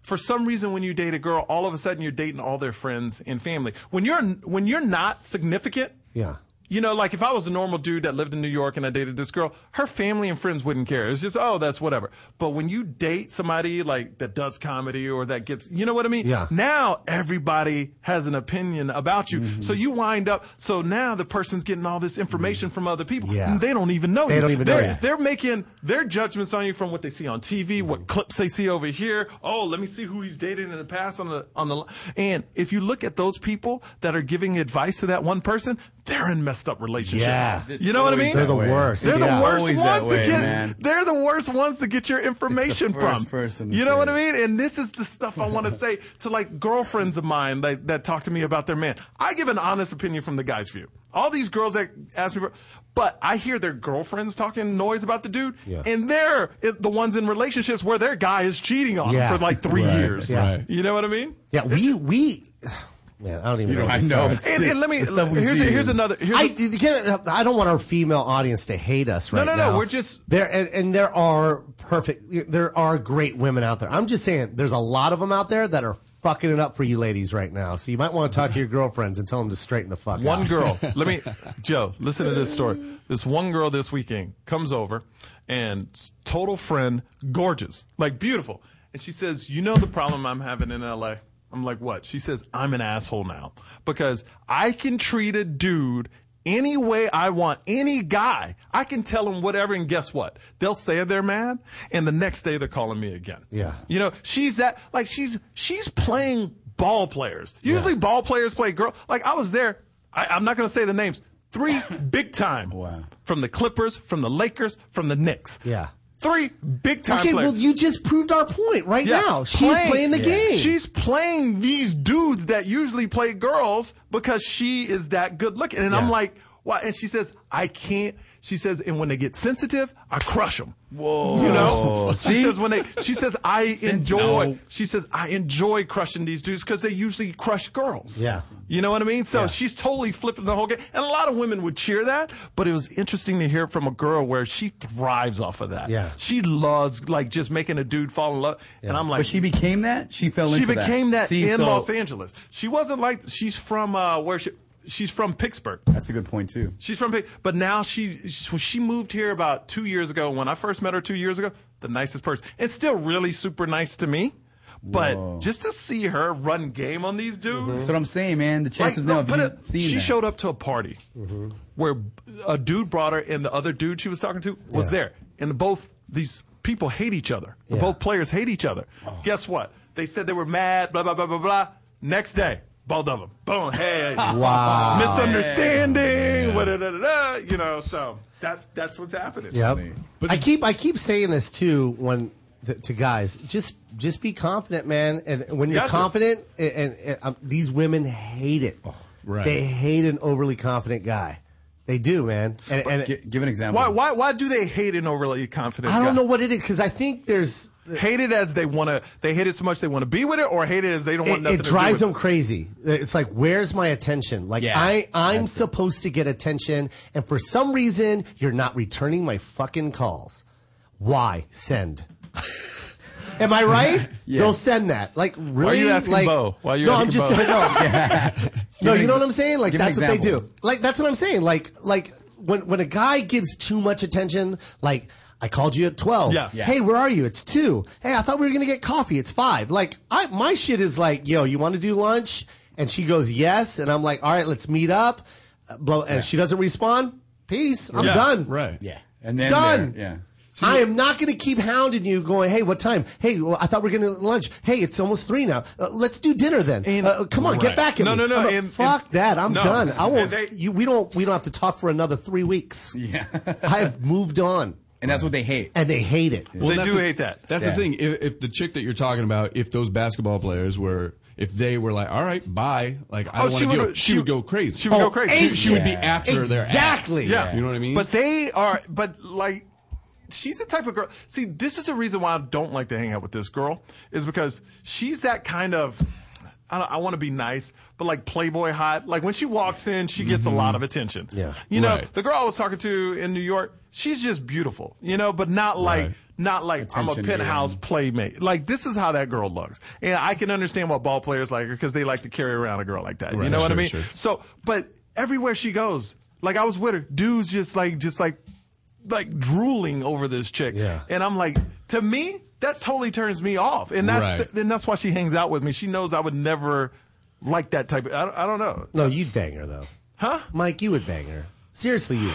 Speaker 2: for some reason when you date a girl, all of a sudden you're dating all their friends and family. When you're when you're not significant,
Speaker 3: Yeah.
Speaker 2: you know, like if I was a normal dude that lived in New York and I dated this girl, her family and friends wouldn't care. It's just, oh, that's whatever. But when you date somebody like that does comedy or that gets, you know what I mean?
Speaker 3: Yeah.
Speaker 2: Now everybody has an opinion about you.
Speaker 3: Mm-hmm.
Speaker 2: So you wind up, so now the person's getting all this information from other people.
Speaker 3: Mm-hmm. Yeah.
Speaker 2: And they don't even know
Speaker 3: They
Speaker 2: you.
Speaker 3: don't even know
Speaker 2: they're,
Speaker 3: you. Mm-hmm.
Speaker 2: They're making their judgments on you from what they see on TV, what clips they see over here. Oh, let me see who he's dated in the past on the, on the, and if you look at those people that are giving advice to that one person, they're in messed up relationships
Speaker 3: Yeah.
Speaker 4: It's
Speaker 2: you know what I
Speaker 4: always
Speaker 2: mean?
Speaker 3: They're the
Speaker 4: that way.
Speaker 3: worst.
Speaker 2: They're the
Speaker 3: Yeah.
Speaker 2: worst
Speaker 4: Always that
Speaker 2: ones
Speaker 4: way,
Speaker 2: to get.
Speaker 4: man.
Speaker 2: They're the worst ones to get your information
Speaker 4: first
Speaker 2: from.
Speaker 4: person to
Speaker 2: you know what
Speaker 4: say
Speaker 2: I mean? And this is the stuff I want to say to like girlfriends of mine that, that talk to me about their man. I give an honest opinion from the guy's view. All these girls that ask me, for, but I hear their girlfriends talking noise about the dude,
Speaker 3: Yeah.
Speaker 2: and they're it- the ones in relationships where their guy is cheating on
Speaker 3: Yeah.
Speaker 2: them for like three
Speaker 5: Right,
Speaker 2: years.
Speaker 5: Yeah. right.
Speaker 2: You know what I mean?
Speaker 3: Yeah. We we. Man, I don't even
Speaker 4: You know,
Speaker 3: know.
Speaker 4: I
Speaker 3: this
Speaker 4: know.
Speaker 3: stuff.
Speaker 4: It's-
Speaker 2: And, and let me.
Speaker 4: the stuff we
Speaker 2: Here's,
Speaker 4: see is-
Speaker 2: here's another. Here's
Speaker 3: I, you can't- I don't want our female audience to hate us right
Speaker 2: no,
Speaker 3: now.
Speaker 2: no, we're just-
Speaker 3: there, and, and there are perfect. There are great women out there. I'm just saying, there's a lot of them out there that are fucking it up for you ladies right now. So you might want to talk to your girlfriends and tell them to straighten the fuck
Speaker 2: One
Speaker 3: out.
Speaker 2: girl. Let me, Joe. Listen to this story. This one girl this weekend comes over, and s- total friend, gorgeous, like beautiful. And she says, "You know the problem I'm having in L.A." I'm like, "What?" She says, "I'm an asshole now because I can treat a dude." Any way I want, any guy, I can tell them whatever, and guess what? They'll say they're mad, and the next day they're calling me again.
Speaker 3: Yeah.
Speaker 2: you know, she's that like she's she's playing ball players. Usually, ball players play girl. Like I was there. I, I'm not going to say the names. Three big time.
Speaker 4: Wow.
Speaker 2: From the Clippers, from the Lakers, from the Knicks.
Speaker 3: Yeah.
Speaker 2: Three big time
Speaker 3: Okay,
Speaker 2: players.
Speaker 3: well, you just proved our point right
Speaker 2: Yeah.
Speaker 3: now. She's playing, the game.
Speaker 2: She's playing these dudes that usually play girls because she is that good looking. And I'm
Speaker 3: Yeah.
Speaker 2: like, why? And she says, I can't. She says, and when they get sensitive, I crush them. Whoa. You know? She says, when they, she says, I enjoy,
Speaker 4: No.
Speaker 2: she says, I enjoy crushing these dudes because they usually crush girls.
Speaker 3: Yeah.
Speaker 2: You know what I mean? So she's totally flipping the whole game. And a lot of women would cheer that, but it was interesting to hear from a girl where she thrives off of that.
Speaker 3: Yeah.
Speaker 2: She loves like just making a dude fall in love. And I'm like,
Speaker 4: But she became that. She fell
Speaker 2: she
Speaker 4: into that.
Speaker 2: became that,
Speaker 4: See,
Speaker 2: in
Speaker 4: so-
Speaker 2: Los Angeles. She wasn't like she's from uh, where she, she's from Pittsburgh.
Speaker 4: That's a good point too.
Speaker 2: She's from Pitt- but now she so she moved here about two years ago. When I first met her two years ago, the nicest person and still really super nice to me. But just to see her run game on these dudes,
Speaker 4: That's what I'm saying, man. The
Speaker 2: like,
Speaker 4: chances
Speaker 2: no,
Speaker 4: now of
Speaker 2: but
Speaker 4: you
Speaker 2: it-
Speaker 4: seeing
Speaker 2: she
Speaker 4: that.
Speaker 2: showed up to a party
Speaker 3: Mm-hmm.
Speaker 2: where a dude brought her, and the other dude she was talking to was
Speaker 3: Yeah.
Speaker 2: there, and both these people hate each other.
Speaker 3: Yeah. Oh.
Speaker 2: Both players hate each other. Guess what? They said they were mad. Blah blah blah blah blah. Next day, both of them. Boom. Hey.
Speaker 3: wow.
Speaker 2: Misunderstanding. da, da, da, da, you know. So that's that's what's happening.
Speaker 3: Yep.
Speaker 5: But
Speaker 3: I
Speaker 5: the-
Speaker 3: keep I keep saying this too when to, to guys just just be confident, man. And when you're
Speaker 2: Yes, sir.
Speaker 3: confident, and, and, um, these women hate it.
Speaker 5: Oh, right.
Speaker 3: They hate an overly confident guy. They do, man. And, and
Speaker 4: Gi- give an example.
Speaker 2: Why, why, why do they hate an overly confident
Speaker 3: I
Speaker 2: guy?
Speaker 3: don't know what it is because I think there's
Speaker 2: Hate it as they want to, they hate it so much they want to be with it, or hate it as they don't want
Speaker 3: it,
Speaker 2: nothing
Speaker 3: it drives
Speaker 2: to do
Speaker 3: them crazy. It's like, where's my attention? Like
Speaker 4: Yeah,
Speaker 3: I, I'm supposed to get attention, and for some reason, you're not returning my fucking calls. Why send? Am I right? They'll send that. Like really?
Speaker 2: are you asking
Speaker 3: like,
Speaker 2: Bo? Why are you
Speaker 3: no, I'm
Speaker 2: asking
Speaker 3: just no.
Speaker 4: Give
Speaker 3: you
Speaker 4: an exa-
Speaker 3: know what I'm saying? Like
Speaker 4: give an
Speaker 3: that's what they
Speaker 4: example.
Speaker 3: do. Like that's what I'm saying. Like like when when a guy gives too much attention, like. I called you at 12.
Speaker 2: Yeah. Yeah.
Speaker 3: Hey, where are you? It's two. Hey, I thought we were gonna get coffee. It's five. Like, I my shit is like, yo, you want to do lunch? And she goes yes, and I'm like, all right, let's meet up. Uh, Blow, and she doesn't respond. Peace. I'm
Speaker 2: Yeah.
Speaker 3: done.
Speaker 5: Right.
Speaker 4: Yeah, and then
Speaker 3: Done.
Speaker 4: they're- Yeah.
Speaker 3: I am not going to keep hounding you, going, "Hey, what time? Hey, well, I thought we were going to lunch. Hey, it's almost three now. Uh, let's do dinner then.
Speaker 2: And-
Speaker 3: uh, come on,
Speaker 5: Right.
Speaker 3: get back at
Speaker 2: No, no,
Speaker 3: me.
Speaker 2: no,
Speaker 3: I'm like,
Speaker 2: and-
Speaker 3: fuck
Speaker 2: and-
Speaker 3: that. I'm
Speaker 2: no.
Speaker 3: done. I won't.
Speaker 2: And they-
Speaker 3: you, we don't. We don't have to talk for another three weeks.
Speaker 4: Yeah.
Speaker 3: I've moved on,
Speaker 4: and that's what they hate.
Speaker 3: and they hate it.
Speaker 2: They
Speaker 5: that's
Speaker 2: do
Speaker 5: the-
Speaker 2: hate that.
Speaker 5: That's
Speaker 4: Yeah.
Speaker 5: the thing. If, if the chick that you're talking about, if those basketball players were, if they were like, all right, bye, like I
Speaker 2: Oh,
Speaker 5: don't
Speaker 2: she
Speaker 5: want to do
Speaker 2: would-
Speaker 5: it, she,
Speaker 2: she
Speaker 5: would go crazy.
Speaker 2: she would go Oh, crazy.
Speaker 5: She, she would be
Speaker 4: yeah.
Speaker 5: after their ass.
Speaker 3: Exactly.
Speaker 2: Yeah.
Speaker 5: You know what I mean?
Speaker 2: But they are, but like, she's the type of girl. See, this is the reason why I don't like to hang out with this girl, is because she's that kind of, I, don't, I want to be nice, but like Playboy hot. Like when she walks in, she gets a lot of attention.
Speaker 3: Yeah.
Speaker 2: You know,
Speaker 5: Mm-hmm. Right.
Speaker 2: the girl I was talking to in New York, she's just beautiful, you know, but not like,
Speaker 5: Right.
Speaker 2: Not like I'm a
Speaker 4: Attention
Speaker 2: penthouse
Speaker 4: getting.
Speaker 2: playmate. Like this is how that girl looks, and I can understand what ball players like her because they like to carry around a girl like that. you
Speaker 5: Right.
Speaker 2: know what I
Speaker 5: Sure,
Speaker 2: mean?
Speaker 5: sure.
Speaker 2: So, but everywhere she goes, like I was with her, dudes just like just like like drooling over this chick,
Speaker 3: Yeah.
Speaker 2: and I'm like, to me, that totally turns me off, and that's
Speaker 5: Right.
Speaker 2: then that's why she hangs out with me. She knows I would never like that type. of I, don't- I don't know.
Speaker 3: No, you'd bang her though, huh? Mike, you would bang her. Seriously, you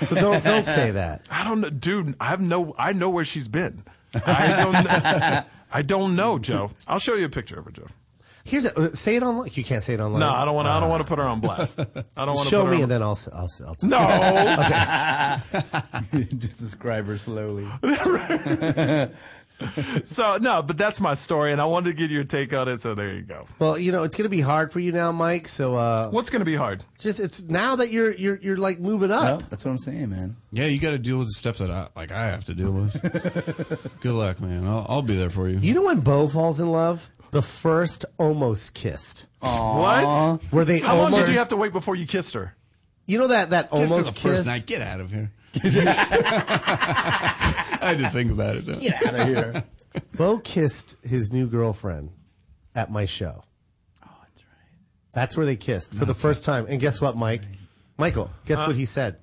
Speaker 3: would. So don't don't say that.
Speaker 2: I don't know, dude. I have no. I know where she's been. I don't. know. I don't know, Joe. I'll show you a picture of her, Joe.
Speaker 3: Here's a, uh, say it online. You can't say it online.
Speaker 2: No, I don't want to. I don't want to put her on blast. I don't want to
Speaker 3: Show
Speaker 2: put her
Speaker 3: me,
Speaker 2: on,
Speaker 3: and then I'll s- I'll, s- I'll tell.
Speaker 2: No.
Speaker 4: Just describe her slowly.
Speaker 2: So no, but that's my story, and I wanted to get your take on it. So there you go.
Speaker 3: Well, you know it's gonna be hard for you now, Mike. So uh,
Speaker 2: What's going to be hard?
Speaker 3: just it's now that you're you're you're like moving
Speaker 4: No,
Speaker 3: up.
Speaker 4: that's what I'm saying, man.
Speaker 5: yeah, you got to deal with the stuff that I like. I have to deal with. Good luck, man. I'll, I'll be there for you.
Speaker 3: You know when Bo falls in love? The first almost kissed.
Speaker 2: What?
Speaker 3: Where they
Speaker 2: So how long did
Speaker 3: almost-
Speaker 2: you have to wait before you kissed her?
Speaker 3: You know that that
Speaker 5: this is
Speaker 3: almost
Speaker 5: the
Speaker 3: kiss.
Speaker 5: first night. Get out of here. I had to think about it though.
Speaker 4: Get out of here.
Speaker 3: Bo kissed his new girlfriend at my show.
Speaker 4: oh, that's right.
Speaker 3: That's where they kissed for the first time. And guess what, Mike? Michael, guess what he said?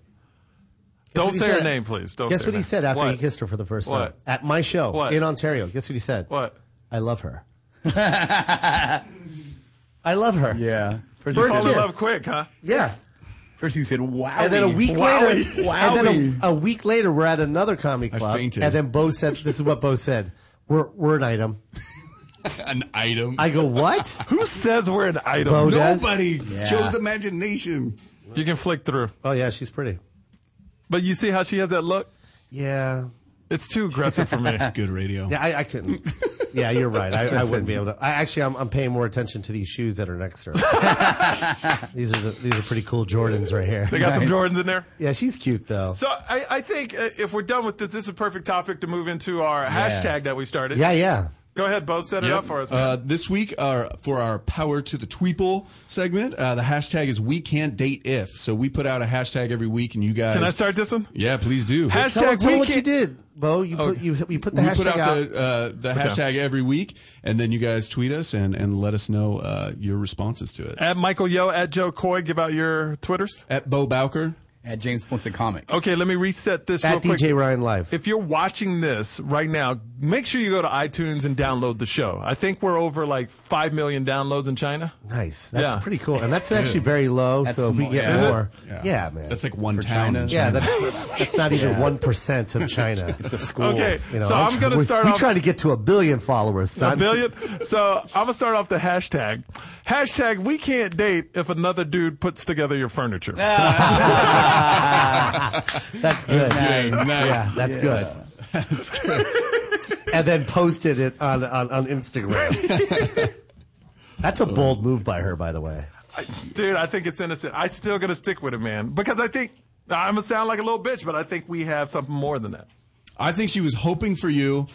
Speaker 3: Guess
Speaker 2: Don't
Speaker 3: what he
Speaker 2: say her
Speaker 3: said?
Speaker 2: name, please. Don't
Speaker 3: guess
Speaker 2: say
Speaker 3: what
Speaker 2: her
Speaker 3: he
Speaker 2: name.
Speaker 3: said after he
Speaker 2: What?
Speaker 3: kissed her for the first
Speaker 2: What?
Speaker 3: time at my show
Speaker 2: What?
Speaker 3: in Ontario. Guess what he said?
Speaker 2: What?
Speaker 3: I love her. I love her.
Speaker 4: Yeah. First,
Speaker 3: First
Speaker 4: you
Speaker 2: Fall in
Speaker 3: kiss.
Speaker 4: said,
Speaker 2: love quick, huh?
Speaker 3: Yeah.
Speaker 4: first you said, wow.
Speaker 3: And then a week later,
Speaker 4: Wow.
Speaker 3: and then a, a week later, we're at another comedy club, and
Speaker 5: fainted.
Speaker 3: then Bo said, "This is what Bo said: we're we're an item."
Speaker 5: An item.
Speaker 3: I go, "What?"
Speaker 2: Who says we're an item?
Speaker 3: Bo does.
Speaker 5: Nobody
Speaker 4: Yeah.
Speaker 5: chose imagination.
Speaker 2: You can flick through,
Speaker 3: Oh yeah, she's pretty.
Speaker 2: but you see how she has that look.
Speaker 3: Yeah,
Speaker 2: It's too aggressive for me.
Speaker 5: Good radio.
Speaker 3: yeah, I, I couldn't. Yeah, you're right. I, I wouldn't
Speaker 4: said.
Speaker 3: be able to. I actually, I'm, I'm paying more attention to these shoes that are next to her. these are the, these are pretty cool Jordans right
Speaker 2: They
Speaker 3: here.
Speaker 2: got some Jordans in there.
Speaker 3: Yeah, she's cute though.
Speaker 2: So I, I think uh, if we're done with this, this is a perfect topic to move into our hashtag that we started.
Speaker 3: Yeah, yeah.
Speaker 2: Go ahead, Bo. Set it
Speaker 5: Yep.
Speaker 2: up for us. man.
Speaker 5: Uh, this week, our, for our Power to the Tweeple segment, uh, the hashtag is We Can't Date If. So we put out a hashtag every week, and you guys.
Speaker 2: can I start this one?
Speaker 5: Yeah, please do.
Speaker 2: Hashtag
Speaker 3: Tell, tell
Speaker 2: we
Speaker 3: what you
Speaker 2: can't-
Speaker 3: did, Bo. You put you you put the
Speaker 5: we
Speaker 3: hashtag out.
Speaker 5: put out the, uh, the hashtag every week, and then you guys tweet us and, and let us know uh, your responses to it.
Speaker 2: At Michael Yo, at Joe Coy, give out your Twitters.
Speaker 5: At Bo Bowker.
Speaker 4: At James Ponce Comic.
Speaker 2: Okay, let me reset this real
Speaker 3: at
Speaker 2: quick.
Speaker 3: DJ Ryan Live.
Speaker 2: If you're watching this right now, make sure you go to iTunes and download the show. I think we're over like 5 million downloads in China.
Speaker 3: nice. That's
Speaker 2: Yeah.
Speaker 3: pretty cool. And that's actually very low.
Speaker 4: That's
Speaker 3: so if we
Speaker 4: small.
Speaker 3: get
Speaker 4: Yeah. Is it?
Speaker 3: more, yeah, man.
Speaker 5: That's like one
Speaker 4: For
Speaker 5: town.
Speaker 4: China.
Speaker 5: in
Speaker 3: yeah, that's, that's that's not even one of China.
Speaker 4: It's a school.
Speaker 2: Okay,
Speaker 3: You know,
Speaker 2: so I'm going to
Speaker 3: we-
Speaker 2: start
Speaker 3: We
Speaker 2: off
Speaker 3: try to get to a billion followers, son.
Speaker 2: a billion. So I'm going to start off the hashtag. Hashtag we can't date if another dude puts together your furniture.
Speaker 3: That's good.
Speaker 5: China. Yeah, nice.
Speaker 3: Yeah, that's good. and then posted it on, on, on Instagram. that's a bold move by her, by the way.
Speaker 2: Dude, I think it's innocent. I still going to stick with it, man, because I think I'm gonna sound like a little bitch, but I think we have something more than that.
Speaker 5: I think she was hoping for you.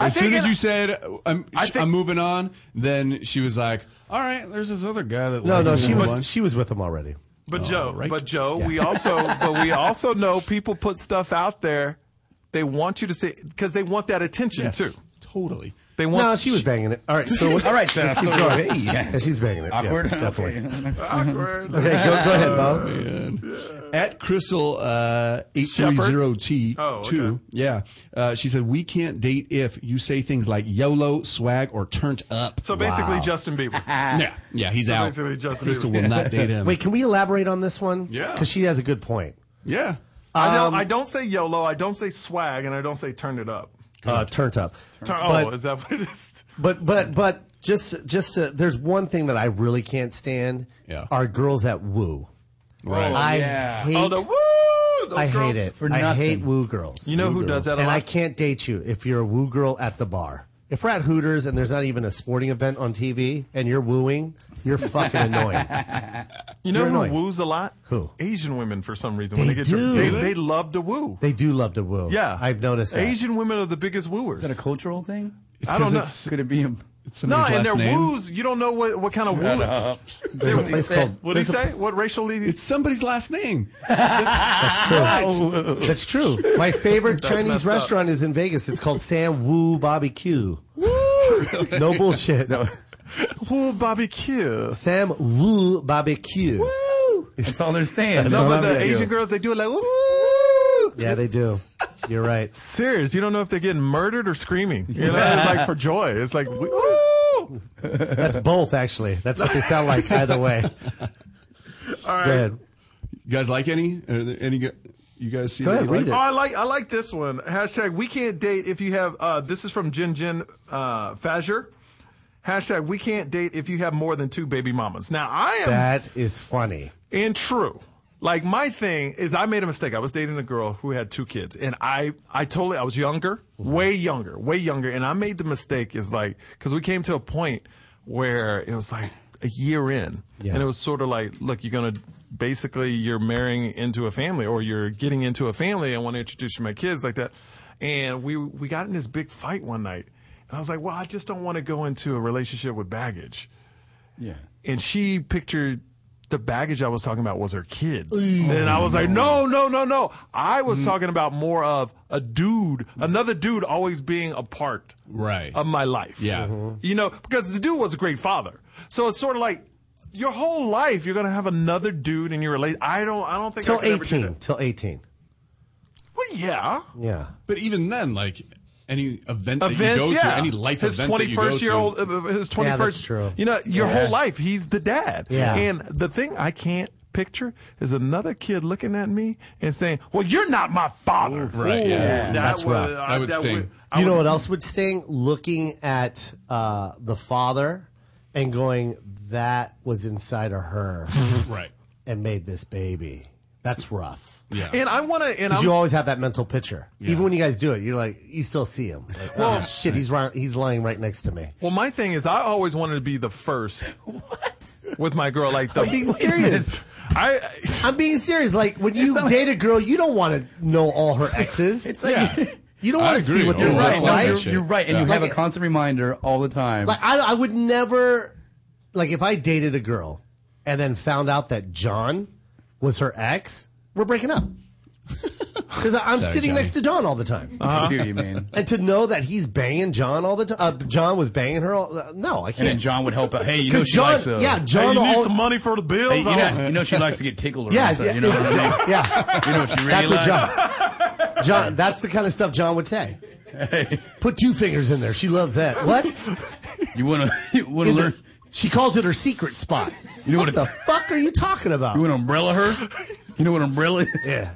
Speaker 2: I
Speaker 5: As
Speaker 2: think
Speaker 5: soon as
Speaker 2: it-
Speaker 5: you said I'm,
Speaker 2: I
Speaker 5: sh-
Speaker 2: think-
Speaker 5: I'm moving on, then she was like, "All right, there's this other guy that
Speaker 3: No,
Speaker 5: likes
Speaker 3: no,
Speaker 5: me
Speaker 3: she
Speaker 5: a
Speaker 3: was
Speaker 5: bunch."
Speaker 3: she was with him already.
Speaker 2: But Joe,
Speaker 5: Oh, right.
Speaker 2: but Joe, we also, but we also know people put stuff out there. They want you to say because they want that attention
Speaker 5: yes,
Speaker 2: too.
Speaker 5: totally.
Speaker 2: They want.
Speaker 3: No, she was banging it. All right, so what's,
Speaker 4: All right, so-
Speaker 3: let's keep
Speaker 4: so-
Speaker 3: going.
Speaker 4: yeah.
Speaker 3: Yeah, she's banging it. Yeah,
Speaker 4: Awkward.
Speaker 3: definitely.
Speaker 2: Awkward.
Speaker 3: Okay, go, go ahead, Bob.
Speaker 5: At Crystal uh,
Speaker 2: Oh,
Speaker 5: 830T2.
Speaker 2: okay.
Speaker 5: Yeah. Uh, she said, We can't date if you say things like YOLO, swag, or turned up.
Speaker 2: So basically, Justin Bieber.
Speaker 5: yeah. Yeah, he's out.
Speaker 2: basically Justin
Speaker 5: Crystal
Speaker 2: Bieber.
Speaker 5: will not date him.
Speaker 3: Wait, can we elaborate on this one?
Speaker 5: Yeah.
Speaker 3: because she has a good point.
Speaker 5: Yeah.
Speaker 2: I
Speaker 3: Um,
Speaker 2: don't. I don't say YOLO. I don't say swag, and I don't say turn it up.
Speaker 3: Uh, turned up.
Speaker 2: Turn, oh,
Speaker 3: But-
Speaker 2: is that what it is?
Speaker 3: But but but just just uh, there's one thing that I really can't stand.
Speaker 5: Yeah.
Speaker 3: Are girls that woo?
Speaker 5: Right.
Speaker 3: I
Speaker 4: yeah.
Speaker 3: hate.
Speaker 2: Oh, the woo! Those
Speaker 3: I hate
Speaker 2: girls.
Speaker 3: it.
Speaker 4: for
Speaker 3: I
Speaker 4: nothing.
Speaker 3: hate woo girls.
Speaker 2: You know who does that a
Speaker 3: and I
Speaker 2: lot?
Speaker 3: can't date you if you're a woo girl at the bar. If we're at Hooters and there's not even a sporting event on TV and you're wooing, you're fucking annoying.
Speaker 2: You know
Speaker 3: You're
Speaker 2: who
Speaker 3: annoying.
Speaker 2: woos a lot?
Speaker 3: Who?
Speaker 2: Asian women for some reason. when
Speaker 3: They
Speaker 2: they get
Speaker 3: do.
Speaker 2: Drunk,
Speaker 3: Do
Speaker 2: they, they love to woo.
Speaker 3: They do love to woo.
Speaker 2: yeah,
Speaker 3: I've noticed that.
Speaker 2: Asian women are the biggest wooers.
Speaker 4: Is that a cultural thing?
Speaker 5: It's
Speaker 2: I don't
Speaker 5: 'cause
Speaker 2: know.
Speaker 5: It's,
Speaker 4: Could it be a
Speaker 5: it's
Speaker 2: no, and
Speaker 5: somebody's last
Speaker 2: their
Speaker 5: name.
Speaker 2: woos. You don't know what, what kind of woo.
Speaker 3: There's a place called.
Speaker 2: What did he
Speaker 3: there's a-
Speaker 2: say? What racially?
Speaker 5: It's somebody's last name.
Speaker 3: That's true. That's true. My favorite
Speaker 2: messed
Speaker 3: Chinese
Speaker 2: up.
Speaker 3: restaurant is in Vegas. It's called Sam Woo Barbecue. no bullshit.
Speaker 2: Woo barbecue.
Speaker 3: Sam Woo Barbecue.
Speaker 4: That's all they're saying.
Speaker 3: No,
Speaker 2: No, but
Speaker 3: I'm
Speaker 2: the
Speaker 3: with you.
Speaker 2: Asian girls, they do it like woo.
Speaker 3: Yeah, they do. You're right.
Speaker 2: Serious. You don't know if they're getting murdered or screaming. You know, it's like for joy. It's like woo.
Speaker 3: That's both, actually. That's what they sound like either way. All right. Go ahead.
Speaker 5: You guys like any? Are there any gu- you guys see
Speaker 3: Go
Speaker 5: that
Speaker 3: ahead,
Speaker 5: you
Speaker 3: read
Speaker 5: like?
Speaker 3: it.
Speaker 2: Oh, I like I like this one. Hashtag we can't date if you have uh this is from Jin Jin uh Fajer. Hashtag we can't date if you have more than two baby mamas. Now I am
Speaker 3: That is funny.
Speaker 2: and true. Like my thing is, I made a mistake. I was dating a girl who had two kids, and I, I totally, I was younger, way younger, way younger, and I made the mistake is like because we came to a point where it was like a year in,
Speaker 3: Yeah.
Speaker 2: and it was sort of like, look, you're gonna basically you're marrying into a family or you're getting into a family. I want to introduce you to my kids like that, and we we got in this big fight one night, and I was like, well, I just don't want to go into a relationship with baggage
Speaker 4: yeah.
Speaker 2: and she pictured the baggage I was talking about was her kids. and I was like, no, no, no, no. I was talking about more of a dude, another dude always being a part
Speaker 5: Right.
Speaker 2: of my life. Uh-huh.
Speaker 5: Yeah. Mhm.
Speaker 2: You know, because the dude was a great father. So it's sort of like your whole life you're gonna have another dude in your relation. I don't I don't think I
Speaker 3: Till
Speaker 2: could ever do
Speaker 3: 18.
Speaker 2: that.
Speaker 3: Till 18.
Speaker 2: Well yeah.
Speaker 3: Yeah.
Speaker 5: But even then, like any event that
Speaker 2: Events,
Speaker 5: you go
Speaker 2: yeah.
Speaker 5: to, any life
Speaker 2: his
Speaker 5: event that you go
Speaker 2: 21st year
Speaker 5: to,
Speaker 2: old, uh, his 21st.
Speaker 3: Yeah, that's true.
Speaker 2: You know, your
Speaker 3: Yeah.
Speaker 2: whole life, he's the dad.
Speaker 3: Yeah.
Speaker 2: And the thing I can't picture is another kid looking at me and saying, "Well, you're not my father."
Speaker 5: Right, yeah.
Speaker 2: That
Speaker 3: That's rough.
Speaker 2: I-
Speaker 5: That would sting.
Speaker 2: I
Speaker 3: you know
Speaker 2: would-
Speaker 3: what else would sting? Looking at uh, the father and going, that was inside of her
Speaker 5: right?
Speaker 3: and made this baby. That's rough.
Speaker 5: Yeah.
Speaker 2: And I want to. And
Speaker 3: 'Cause
Speaker 2: I'm,
Speaker 3: you always have that mental picture. Even when you guys do it, you're like, you still see him. Like, oh,
Speaker 2: Well-
Speaker 3: shit, he's, ri- he's lying right next to me.
Speaker 2: well, my thing is, I always wanted to be the first
Speaker 4: What?
Speaker 2: with my girl. Like the.
Speaker 3: I'm being
Speaker 2: Wait a minute.
Speaker 3: serious.
Speaker 2: I.
Speaker 3: I'm being serious. Like when you date a girl, you don't want to know all her exes.
Speaker 4: It's like
Speaker 5: Yeah.
Speaker 3: you don't
Speaker 5: I
Speaker 3: want to see
Speaker 5: agree.
Speaker 3: what
Speaker 5: You're
Speaker 3: they
Speaker 5: right.
Speaker 3: look
Speaker 5: No,
Speaker 3: like.
Speaker 5: that
Speaker 4: you're,
Speaker 5: shit.
Speaker 4: you're right, and you
Speaker 5: Yeah.
Speaker 4: have
Speaker 3: Like-
Speaker 4: a constant reminder all the time.
Speaker 3: Like I, I would never, like if I dated a girl and then found out that John was her ex, we're breaking up. Because I'm
Speaker 5: Sorry,
Speaker 3: sitting
Speaker 5: Johnny.
Speaker 3: next to John all the time,
Speaker 4: I see what you mean.
Speaker 3: and to know that he's banging John all the time. Uh, John was banging her. All, uh, no, I
Speaker 4: And then
Speaker 3: can't.
Speaker 4: John would help out. Hey, you know
Speaker 3: 'Cause
Speaker 4: she
Speaker 3: John,
Speaker 4: likes a,
Speaker 3: yeah,
Speaker 2: Hey,
Speaker 3: John,
Speaker 2: you need
Speaker 3: all,
Speaker 2: some money for the bills.
Speaker 4: Hey, you,
Speaker 2: I'll-
Speaker 4: know, you know she likes to get tickled
Speaker 3: yeah,
Speaker 4: around.
Speaker 3: yeah,
Speaker 4: so, you know what I mean?
Speaker 3: yeah.
Speaker 4: You know what she really
Speaker 3: That's what
Speaker 4: likes?
Speaker 3: John. John, that's the kind of stuff John would say. Put two fingers in there. She loves that. What?
Speaker 4: You want to you want to learn?
Speaker 3: She calls it her secret spot.
Speaker 4: You know
Speaker 3: what
Speaker 4: what
Speaker 3: the
Speaker 4: it's-
Speaker 3: fuck are you talking about?
Speaker 4: You want to umbrella her? You know what umbrella? is?
Speaker 3: yeah.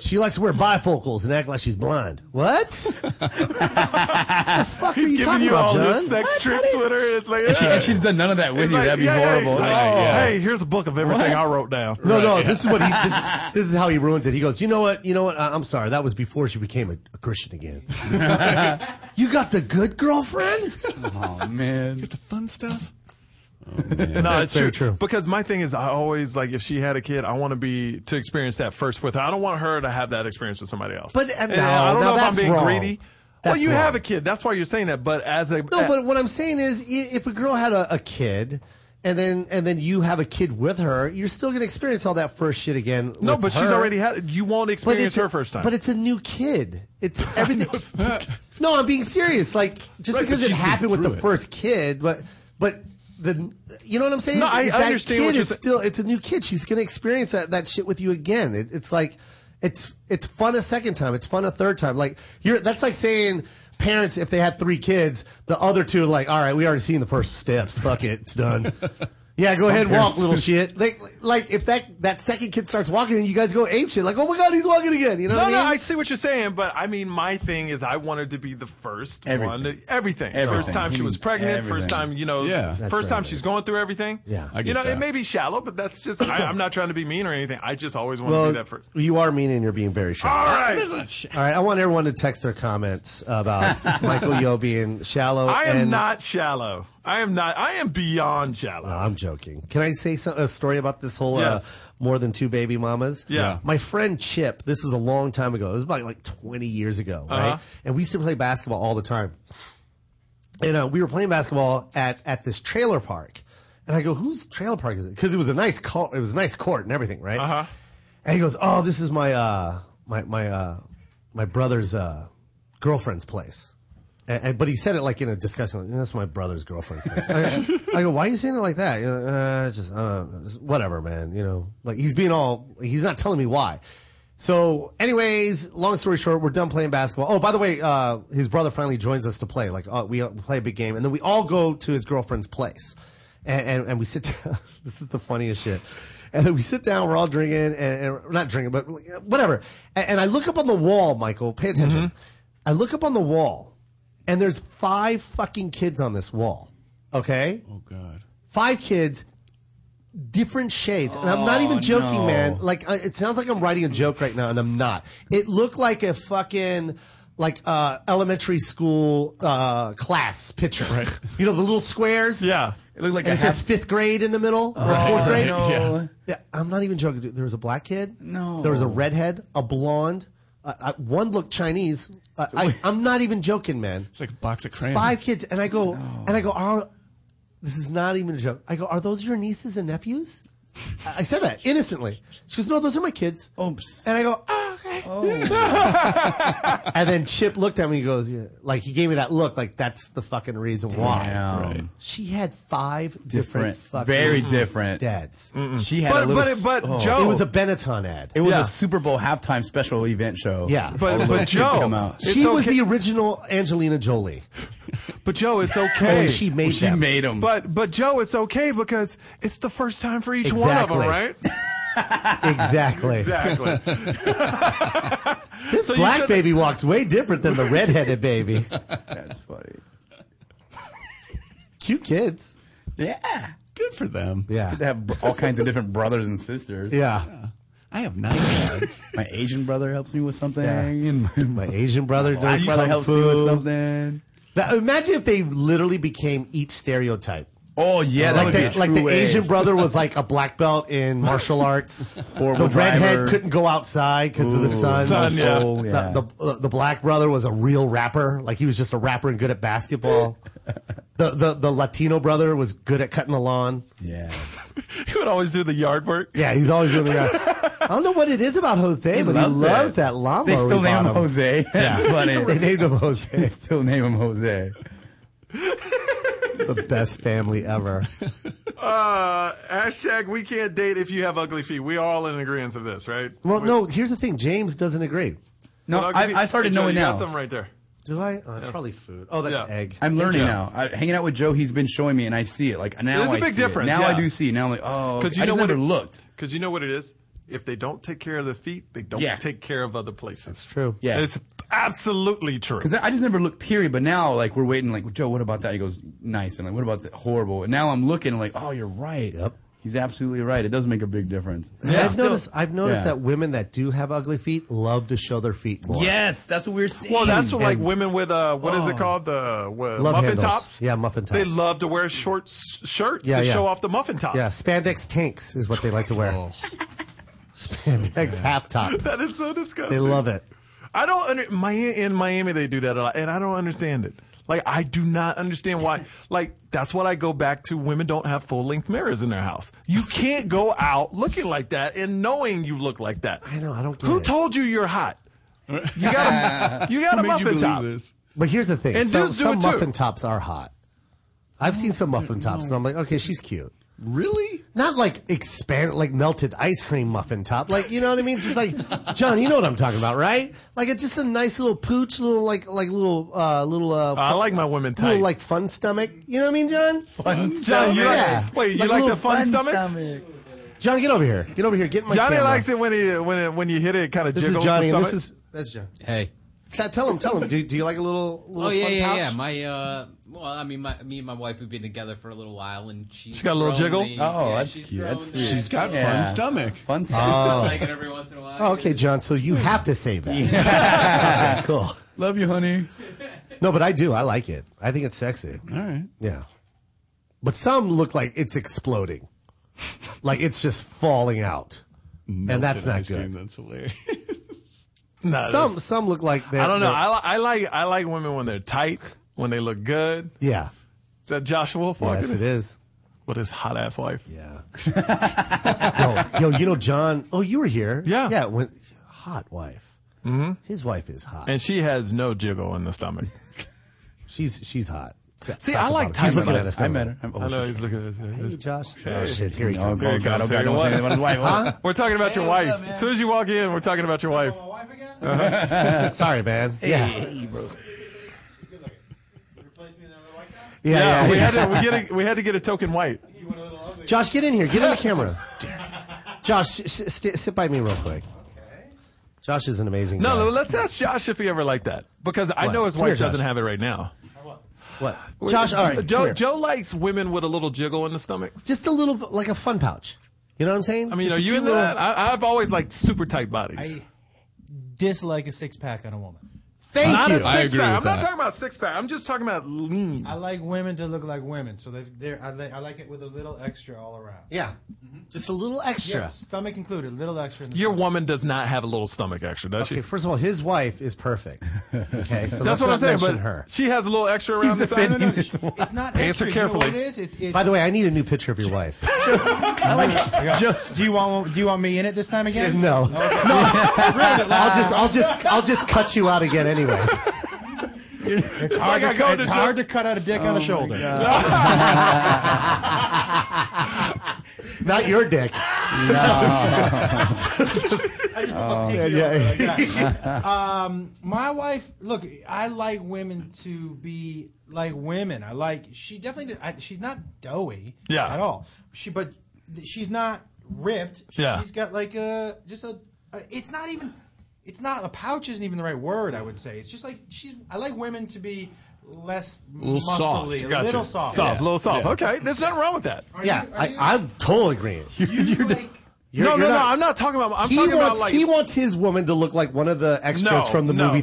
Speaker 3: She likes to wear bifocals and act like she's blind. What? the fuck are you
Speaker 2: He's giving
Speaker 3: talking
Speaker 2: you
Speaker 3: about,
Speaker 2: all
Speaker 3: John?
Speaker 2: this sex tricks with her. It's like,
Speaker 4: And, she,
Speaker 2: yeah.
Speaker 4: and she's done none of that with
Speaker 2: It's
Speaker 4: you.
Speaker 2: like,
Speaker 4: That'd be
Speaker 2: yeah, yeah,
Speaker 4: horrible.
Speaker 2: it's like,
Speaker 4: Like,
Speaker 2: oh,
Speaker 5: yeah.
Speaker 2: Hey, here's a book of everything
Speaker 4: What?
Speaker 2: I wrote down.
Speaker 3: No, no. This is what he. This, this is how he ruins it. He goes, you know what? You know what? I, I'm sorry. That was before she became a, a Christian again. you got the good girlfriend.
Speaker 4: Oh man.
Speaker 5: the fun stuff.
Speaker 2: No, it's
Speaker 3: very
Speaker 2: true.
Speaker 3: true.
Speaker 2: Because my thing is, I always like if she had a kid, I want to be to experience that first with her. I don't want her to have that experience with somebody else.
Speaker 3: But, uh,
Speaker 2: And
Speaker 3: no,
Speaker 2: I don't
Speaker 3: no,
Speaker 2: know if I'm
Speaker 3: that's
Speaker 2: being
Speaker 3: wrong.
Speaker 2: greedy. well,
Speaker 3: That's
Speaker 2: you have a
Speaker 3: wrong.
Speaker 2: kid. That's why you're saying that. But as a
Speaker 3: No, but what I'm saying is, i- if a girl had a, a kid, and then and then you have a kid with her, you're still gonna experience all that first shit again.
Speaker 2: no,
Speaker 3: with
Speaker 2: but she's
Speaker 3: her.
Speaker 2: already had. You won't
Speaker 3: But
Speaker 2: experience
Speaker 3: it's-
Speaker 2: her first time.
Speaker 3: But it's a new kid. It's everything.
Speaker 2: it's not-
Speaker 3: no, I'm being serious. Like just
Speaker 5: Right,
Speaker 3: because
Speaker 5: but
Speaker 3: it
Speaker 5: she's been
Speaker 3: happened with
Speaker 5: through
Speaker 3: the
Speaker 5: it.
Speaker 3: first kid, but but the you know what I'm saying?
Speaker 2: No, I
Speaker 3: Is
Speaker 2: understand
Speaker 3: That kid
Speaker 2: what you're
Speaker 3: is
Speaker 2: sa-
Speaker 3: still it's a new kid. She's gonna experience that that shit with you again. It, it's like it's it's fun a second time. It's fun a third time. Like you're that's like saying. Parents, if they had three kids, the other two are like, all right, we already seen the first steps. Fuck it, it's done. Yeah, go ahead and walk,
Speaker 5: parents-
Speaker 3: little shit. Like, like if that that second kid starts walking, you guys go ape shit. Like, oh my god, he's walking again. You know
Speaker 2: no,
Speaker 3: what I mean?
Speaker 2: no, I see what you're saying, but I mean, my thing is, I wanted to be the first
Speaker 4: Everything.
Speaker 2: one. to- everything.
Speaker 4: Everything.
Speaker 2: First time
Speaker 4: He
Speaker 2: she was
Speaker 4: means
Speaker 2: pregnant. First
Speaker 4: everything.
Speaker 2: time, you know.
Speaker 5: Yeah.
Speaker 3: That's
Speaker 2: first
Speaker 3: what
Speaker 2: time
Speaker 3: it
Speaker 2: she's
Speaker 3: is.
Speaker 2: going through everything.
Speaker 3: Yeah. I
Speaker 5: get
Speaker 2: you know, it
Speaker 5: that.
Speaker 2: may be shallow, but that's just. I, I'm not trying to be mean or anything. I just always want to do that first. Ah.
Speaker 3: You are mean and you're being
Speaker 2: All
Speaker 3: very shallow.
Speaker 2: right.
Speaker 3: All right, I want everyone to text their comments about Michael Yo being shallow.
Speaker 2: I am
Speaker 3: and-
Speaker 2: not shallow. I am not. I am beyond shallow.
Speaker 3: No, I'm joking. Can I say some, a story about this whole
Speaker 2: Yes.
Speaker 3: uh, more than two baby mamas?
Speaker 2: Yeah.
Speaker 3: My friend Chip, this is a long time ago. This is about like 20 years ago,
Speaker 2: Uh-huh.
Speaker 3: right? And we used to play basketball all the time. And uh, we were playing basketball at, at this trailer park. And I go, whose trailer park is it? Because it was a nice co- it was a nice court and everything, right? Uh-huh. And he goes, "Oh, this is my uh, my my uh, my brother's uh, girlfriend's place." And, and- but he said it like in a discussion. Like, That's my brother's girlfriend's place. I, I go, "Why are you saying it like that?" You know, uh, just uh, just whatever, man. You know, like he's being all. He's not telling me why. So, anyways, long story short, we're done playing basketball. Oh, by the way, uh, his brother finally joins us to play. Like uh, we uh, play a big game, and then we all go to his girlfriend's place and, and, and we sit down. this is the funniest shit. And then we sit down, we're all drinking, and, and not drinking, but whatever. And, and I look up on the wall, Michael, pay attention.
Speaker 4: Mm-hmm.
Speaker 3: I look up on the wall, and there's five fucking kids on this wall. Okay?
Speaker 4: Oh God.
Speaker 3: Five kids, different shades. And I'm not even joking,
Speaker 4: Oh, no.
Speaker 3: man. Like, I- it sounds like I'm writing a joke right now, and I'm not. It looked like a fucking. Like uh, elementary school uh, class picture, right. you know the little squares.
Speaker 2: Yeah.
Speaker 4: It looked like
Speaker 3: And
Speaker 4: a
Speaker 3: it says
Speaker 4: half. Oh,
Speaker 3: fifth grade in the middle or fourth grade.
Speaker 4: no.
Speaker 3: Yeah, I'm not even joking. dude. There was a black kid.
Speaker 4: No.
Speaker 3: There was a redhead, a blonde. Uh, uh, one looked Chinese. Uh, I, I'm not even joking, man.
Speaker 5: It's like a box of crayons.
Speaker 3: Five kids, and I go, and I go. Are, this is not even a joke. I go, are those your nieces and nephews? I I said that innocently. She goes, no, those are my kids.
Speaker 4: Oops.
Speaker 3: And I go, oh, okay.
Speaker 4: Oh.
Speaker 3: and then Chip looked at me. He goes, yeah. like he gave me that look, like that's the fucking reason why.
Speaker 4: Damn.
Speaker 3: She had five different,
Speaker 4: Different.
Speaker 3: fucking
Speaker 4: Very different.
Speaker 3: dads.
Speaker 4: She had
Speaker 2: But
Speaker 4: a little.
Speaker 2: but
Speaker 4: s-
Speaker 2: but
Speaker 4: oh.
Speaker 2: Joe.
Speaker 3: It was a Benetton ad.
Speaker 4: It was
Speaker 2: Yeah.
Speaker 4: a Super Bowl halftime special event show. All
Speaker 3: Yeah.
Speaker 2: but
Speaker 4: the little
Speaker 2: but
Speaker 4: kids
Speaker 2: Joe.
Speaker 4: come out.
Speaker 2: it's
Speaker 3: she was
Speaker 2: okay-
Speaker 3: the original Angelina Jolie.
Speaker 2: But Joe, it's okay.
Speaker 3: Only she made
Speaker 4: She
Speaker 3: them.
Speaker 4: made them.
Speaker 2: But but Joe, it's okay because it's the first time for each one
Speaker 3: Exactly.
Speaker 2: of them,
Speaker 3: exactly.
Speaker 2: right? Exactly.
Speaker 3: This
Speaker 2: So you
Speaker 3: black
Speaker 2: should've-
Speaker 3: baby walks way different than the redheaded baby.
Speaker 4: that's funny.
Speaker 3: Cute kids.
Speaker 4: Yeah.
Speaker 5: Good for them.
Speaker 3: Yeah.
Speaker 4: They have br- all kinds of different brothers and sisters.
Speaker 3: Yeah.
Speaker 5: I have nine kids.
Speaker 4: My Asian brother helps me with something,
Speaker 3: Yeah.
Speaker 4: and my,
Speaker 3: My Asian brother
Speaker 4: black
Speaker 3: does
Speaker 4: brother
Speaker 3: kung
Speaker 4: helps me with
Speaker 3: fu.
Speaker 4: something.
Speaker 3: That- imagine if they literally became each stereotype.
Speaker 4: Oh yeah, that
Speaker 3: like
Speaker 4: would
Speaker 3: the,
Speaker 4: be a true
Speaker 3: like the
Speaker 4: way.
Speaker 3: Asian brother was like a black belt in martial arts.
Speaker 4: Horrible
Speaker 3: the redhead
Speaker 4: driver.
Speaker 3: couldn't go outside because of the sun.
Speaker 2: Sun, yeah.
Speaker 4: soul, yeah.
Speaker 3: The, uh, the, the black brother was a real rapper. Like he was just a rapper and good at basketball. the, the the Latino brother was good at cutting the lawn.
Speaker 4: yeah.
Speaker 2: he would always do the yard work.
Speaker 3: Yeah, he's always really good. I don't know what it is about Jose, but
Speaker 4: loves
Speaker 3: he loves
Speaker 4: it.
Speaker 3: that llama.
Speaker 4: They still
Speaker 3: we
Speaker 4: name
Speaker 3: bought
Speaker 4: him Jose. That's
Speaker 3: They
Speaker 4: funny.
Speaker 3: named him
Speaker 4: they
Speaker 3: Jose.
Speaker 4: still name him Jose.
Speaker 3: the best family ever.
Speaker 2: Uh, hashtag we can't date if you have ugly feet. We are all in agreement of this, right?
Speaker 3: Well,
Speaker 2: We-
Speaker 3: no, here's the thing. James doesn't agree.
Speaker 4: No,
Speaker 2: Well,
Speaker 4: I, I started
Speaker 2: Hey, Joe,
Speaker 4: knowing
Speaker 2: you got
Speaker 4: now.
Speaker 2: something right there.
Speaker 3: Do I? Oh, it's probably food. Oh, that's
Speaker 2: Yeah.
Speaker 3: egg.
Speaker 4: I'm learning
Speaker 2: Yeah.
Speaker 4: now. I, hanging out with Joe, he's been showing me, and I see it. Like now,
Speaker 2: There's a
Speaker 4: I
Speaker 2: big
Speaker 4: see it.
Speaker 2: difference,
Speaker 4: Now
Speaker 2: yeah.
Speaker 4: I do see. Now I'm like, oh, because
Speaker 2: Because you
Speaker 4: you I
Speaker 2: know
Speaker 4: just
Speaker 2: what
Speaker 4: never
Speaker 2: it-
Speaker 4: looked.
Speaker 2: Because you know what it is? If they don't take care of their feet, they don't
Speaker 4: Yeah.
Speaker 2: take care of other places. That's
Speaker 3: true.
Speaker 4: Yeah.
Speaker 2: It's absolutely true.
Speaker 4: Because I just never looked, period. But now, like, we're waiting, like, Joe, what about that? He goes, nice. And like, what about that? Horrible. And now I'm looking, like, oh, you're right.
Speaker 3: Yep.
Speaker 4: He's absolutely right. It does make a big difference.
Speaker 2: Yeah.
Speaker 3: I've
Speaker 2: Still-
Speaker 3: noticed. I've noticed
Speaker 4: Yeah.
Speaker 3: that women that do have ugly feet love to show their feet more.
Speaker 4: Yes, that's what we we're seeing.
Speaker 2: Well, that's what, like
Speaker 3: And-
Speaker 2: women with uh, what is it called? The what,
Speaker 3: Oh. Love
Speaker 2: muffin
Speaker 3: handles.
Speaker 2: tops.
Speaker 3: Yeah, muffin
Speaker 2: They
Speaker 3: tops.
Speaker 2: love to wear short s- shirts
Speaker 3: Yeah,
Speaker 2: to
Speaker 3: yeah.
Speaker 2: show off the muffin tops.
Speaker 3: Yeah, spandex tanks is what they like to wear.
Speaker 2: Oh.
Speaker 3: Spandex half tops.
Speaker 2: That is so disgusting.
Speaker 3: They love it.
Speaker 2: I don't under my in Miami they do that a lot, and I don't understand it. Like I do not understand why. Like that's what I go back to. Women don't have full length mirrors in their house. You can't go out looking like that and knowing you look like that.
Speaker 3: I know, I don't get
Speaker 2: Who
Speaker 3: it.
Speaker 2: told you you're hot? You got a, you got a
Speaker 5: Who made you
Speaker 2: muffin
Speaker 5: believe
Speaker 2: top.
Speaker 5: this?
Speaker 3: But here's the thing:
Speaker 2: And
Speaker 3: some,
Speaker 2: dudes do
Speaker 3: some
Speaker 2: it too.
Speaker 3: muffin tops are hot. I've seen some muffin tops, and I'm like, okay, she's cute.
Speaker 5: Really?
Speaker 3: Not like expand, like melted ice cream muffin top, like you know what I mean? Just like John, you know what I'm talking about, right? Like it's just a nice little pooch, little like like little uh little uh,
Speaker 2: I like my women tight.
Speaker 3: little like fun stomach. You know what I mean, John?
Speaker 2: John, you
Speaker 3: Yeah.
Speaker 2: like, wait, you
Speaker 3: Like
Speaker 2: like, the
Speaker 3: little
Speaker 2: fun, stomachs?
Speaker 3: John, get over here. Get over here. Get in my
Speaker 2: Johnny
Speaker 3: camera.
Speaker 2: likes it when he when it, when you hit it, it kind of
Speaker 3: This
Speaker 2: jiggles.
Speaker 3: is Johnny,
Speaker 2: the
Speaker 3: and
Speaker 2: stomach.
Speaker 3: this is that's John.
Speaker 6: Hey.
Speaker 3: Tell- Tell him, tell him. Do, do you like a little little
Speaker 6: Oh yeah,
Speaker 3: fun
Speaker 6: yeah,
Speaker 3: pouch?
Speaker 6: yeah. My uh, well, I mean, my, me and my wife we've been together for a little while, and she's
Speaker 2: got a little jiggle?
Speaker 4: Oh,
Speaker 6: yeah,
Speaker 4: that's
Speaker 6: she's
Speaker 4: cute.
Speaker 6: grown
Speaker 4: That's
Speaker 6: now.
Speaker 4: sweet.
Speaker 5: She's got
Speaker 4: Yeah.
Speaker 5: fun stomach.
Speaker 4: Fun stuff.
Speaker 6: Like it every once in a while.
Speaker 3: Oh, okay, John. So you have to say that. Okay, cool.
Speaker 4: Love you, honey.
Speaker 3: No, but I do. I like it. I think it's sexy.
Speaker 5: All right.
Speaker 3: Yeah. But some look like it's exploding. like it's just falling out. and that's
Speaker 5: Melted
Speaker 3: not
Speaker 5: ice cream,
Speaker 3: good.
Speaker 5: That's hilarious.
Speaker 2: No,
Speaker 3: Some
Speaker 2: that's-
Speaker 3: some look like they're
Speaker 2: I don't know.
Speaker 3: they're-
Speaker 2: I, li- I like I like women when they're tight, when they look good.
Speaker 3: yeah.
Speaker 2: Is that Joshua Wolf walking
Speaker 3: Yes,
Speaker 2: in?
Speaker 3: it is.
Speaker 2: With his hot ass wife.
Speaker 3: Yeah. yo, yo, you know John. Oh, you were here.
Speaker 2: Yeah.
Speaker 3: Yeah. When hot wife. Mm-hmm. His wife is hot.
Speaker 2: And she has no jiggle in the stomach.
Speaker 3: she's she's hot. T-
Speaker 2: See,
Speaker 3: top
Speaker 2: I
Speaker 3: to
Speaker 2: like
Speaker 3: bottom. He's
Speaker 2: Tyler
Speaker 3: looking
Speaker 2: Lockett.
Speaker 3: at us.
Speaker 4: I
Speaker 3: now.
Speaker 4: met her. I'm, oh,
Speaker 2: I know he's looking at
Speaker 3: Hey,
Speaker 2: us.
Speaker 3: Josh. Oh shit. Here he
Speaker 4: Oh,
Speaker 3: comes.
Speaker 4: good God. I hope I don't say anything about his wife.
Speaker 2: We're talking about your wife. As soon as you walk in, we're talking about your wife.
Speaker 3: Sorry, man. Yeah.
Speaker 4: Hey, bro.
Speaker 3: Yeah.
Speaker 2: Yeah,
Speaker 3: yeah,
Speaker 2: we had
Speaker 3: yeah.
Speaker 2: to we, get a, we had to get a token white.
Speaker 3: Josh, get in here. Get on the camera. Josh, sh- sh- st- sit by me real quick. Josh is an amazing
Speaker 2: No,
Speaker 3: guy.
Speaker 2: no, let's ask Josh if he ever liked that because I
Speaker 3: What?
Speaker 2: know his
Speaker 3: Come
Speaker 2: wife
Speaker 3: here, Josh.
Speaker 2: doesn't have it right now.
Speaker 3: what? Josh, all right. come
Speaker 2: Joe
Speaker 3: here.
Speaker 2: Joe likes women with a little jiggle in the stomach.
Speaker 3: Just a little, like a fun pouch. You know what I'm saying?
Speaker 2: I mean,
Speaker 3: Just
Speaker 2: are
Speaker 3: a
Speaker 2: you
Speaker 3: cute
Speaker 2: into
Speaker 3: little-
Speaker 2: that? I, I've always liked super tight bodies.
Speaker 7: I dislike a six pack on a woman.
Speaker 3: Thank
Speaker 2: not
Speaker 3: you.
Speaker 2: a six
Speaker 5: I agree
Speaker 2: pack.
Speaker 5: with
Speaker 2: I'm not
Speaker 5: that.
Speaker 2: talking about six pack. I'm just talking about lean.
Speaker 7: I like women to look like women, so they they're, I, li- I like it with a little extra all around.
Speaker 3: yeah.
Speaker 2: Mm-hmm.
Speaker 3: Just a little extra.
Speaker 7: Yeah, stomach included, little extra. In the
Speaker 2: Your
Speaker 7: stomach.
Speaker 2: woman does not have a little stomach, actually, does
Speaker 3: Okay,
Speaker 2: she?
Speaker 3: first of all, his wife is perfect. Okay, so
Speaker 2: That's
Speaker 3: let's
Speaker 2: what
Speaker 3: not
Speaker 2: I'm saying.
Speaker 3: mention
Speaker 2: But
Speaker 3: her.
Speaker 2: she has a little extra around the side.
Speaker 7: No, no, it's, it's not
Speaker 2: Answer
Speaker 7: extra. You know what
Speaker 2: carefully.
Speaker 7: it is? It's, it's,
Speaker 3: By the way, I need a new picture of your wife.
Speaker 7: I got- do you want do you want me in it this time again?
Speaker 3: No, no. I'll just, I'll just, I'll just cut you out again, anyways.
Speaker 7: It's hard,
Speaker 2: like I
Speaker 7: to,
Speaker 2: go
Speaker 7: cut-
Speaker 2: to
Speaker 7: it's
Speaker 2: Joe-
Speaker 7: hard to cut out a dick
Speaker 2: Oh
Speaker 7: on the shoulder.
Speaker 3: Not your dick. Oh. yeah, yeah.
Speaker 7: My wife, look, I like women to be like women. I like she definitely. I, she's not doughy,
Speaker 2: Yeah.
Speaker 7: at all. She, but th- she's not ripped. She,
Speaker 2: Yeah.
Speaker 7: she's got like a just a, a. It's not even. It's not a pouch. Isn't even the right word. I would say it's just like she's. I like women to be less muscly,
Speaker 5: soft.
Speaker 7: a
Speaker 2: Gotcha.
Speaker 7: little soft.
Speaker 2: a little soft. Okay, there's nothing wrong with that.
Speaker 7: Are
Speaker 3: yeah
Speaker 7: you- are you-
Speaker 3: I, I'm totally agreeing.
Speaker 7: you like-
Speaker 3: You're-
Speaker 2: no, no,
Speaker 3: you're not-
Speaker 2: no. I'm not talking about. I'm
Speaker 3: he
Speaker 2: talking about
Speaker 3: wants
Speaker 2: like
Speaker 3: he wants his woman to look like one of the extras
Speaker 2: No,
Speaker 3: from the
Speaker 2: no.
Speaker 3: movie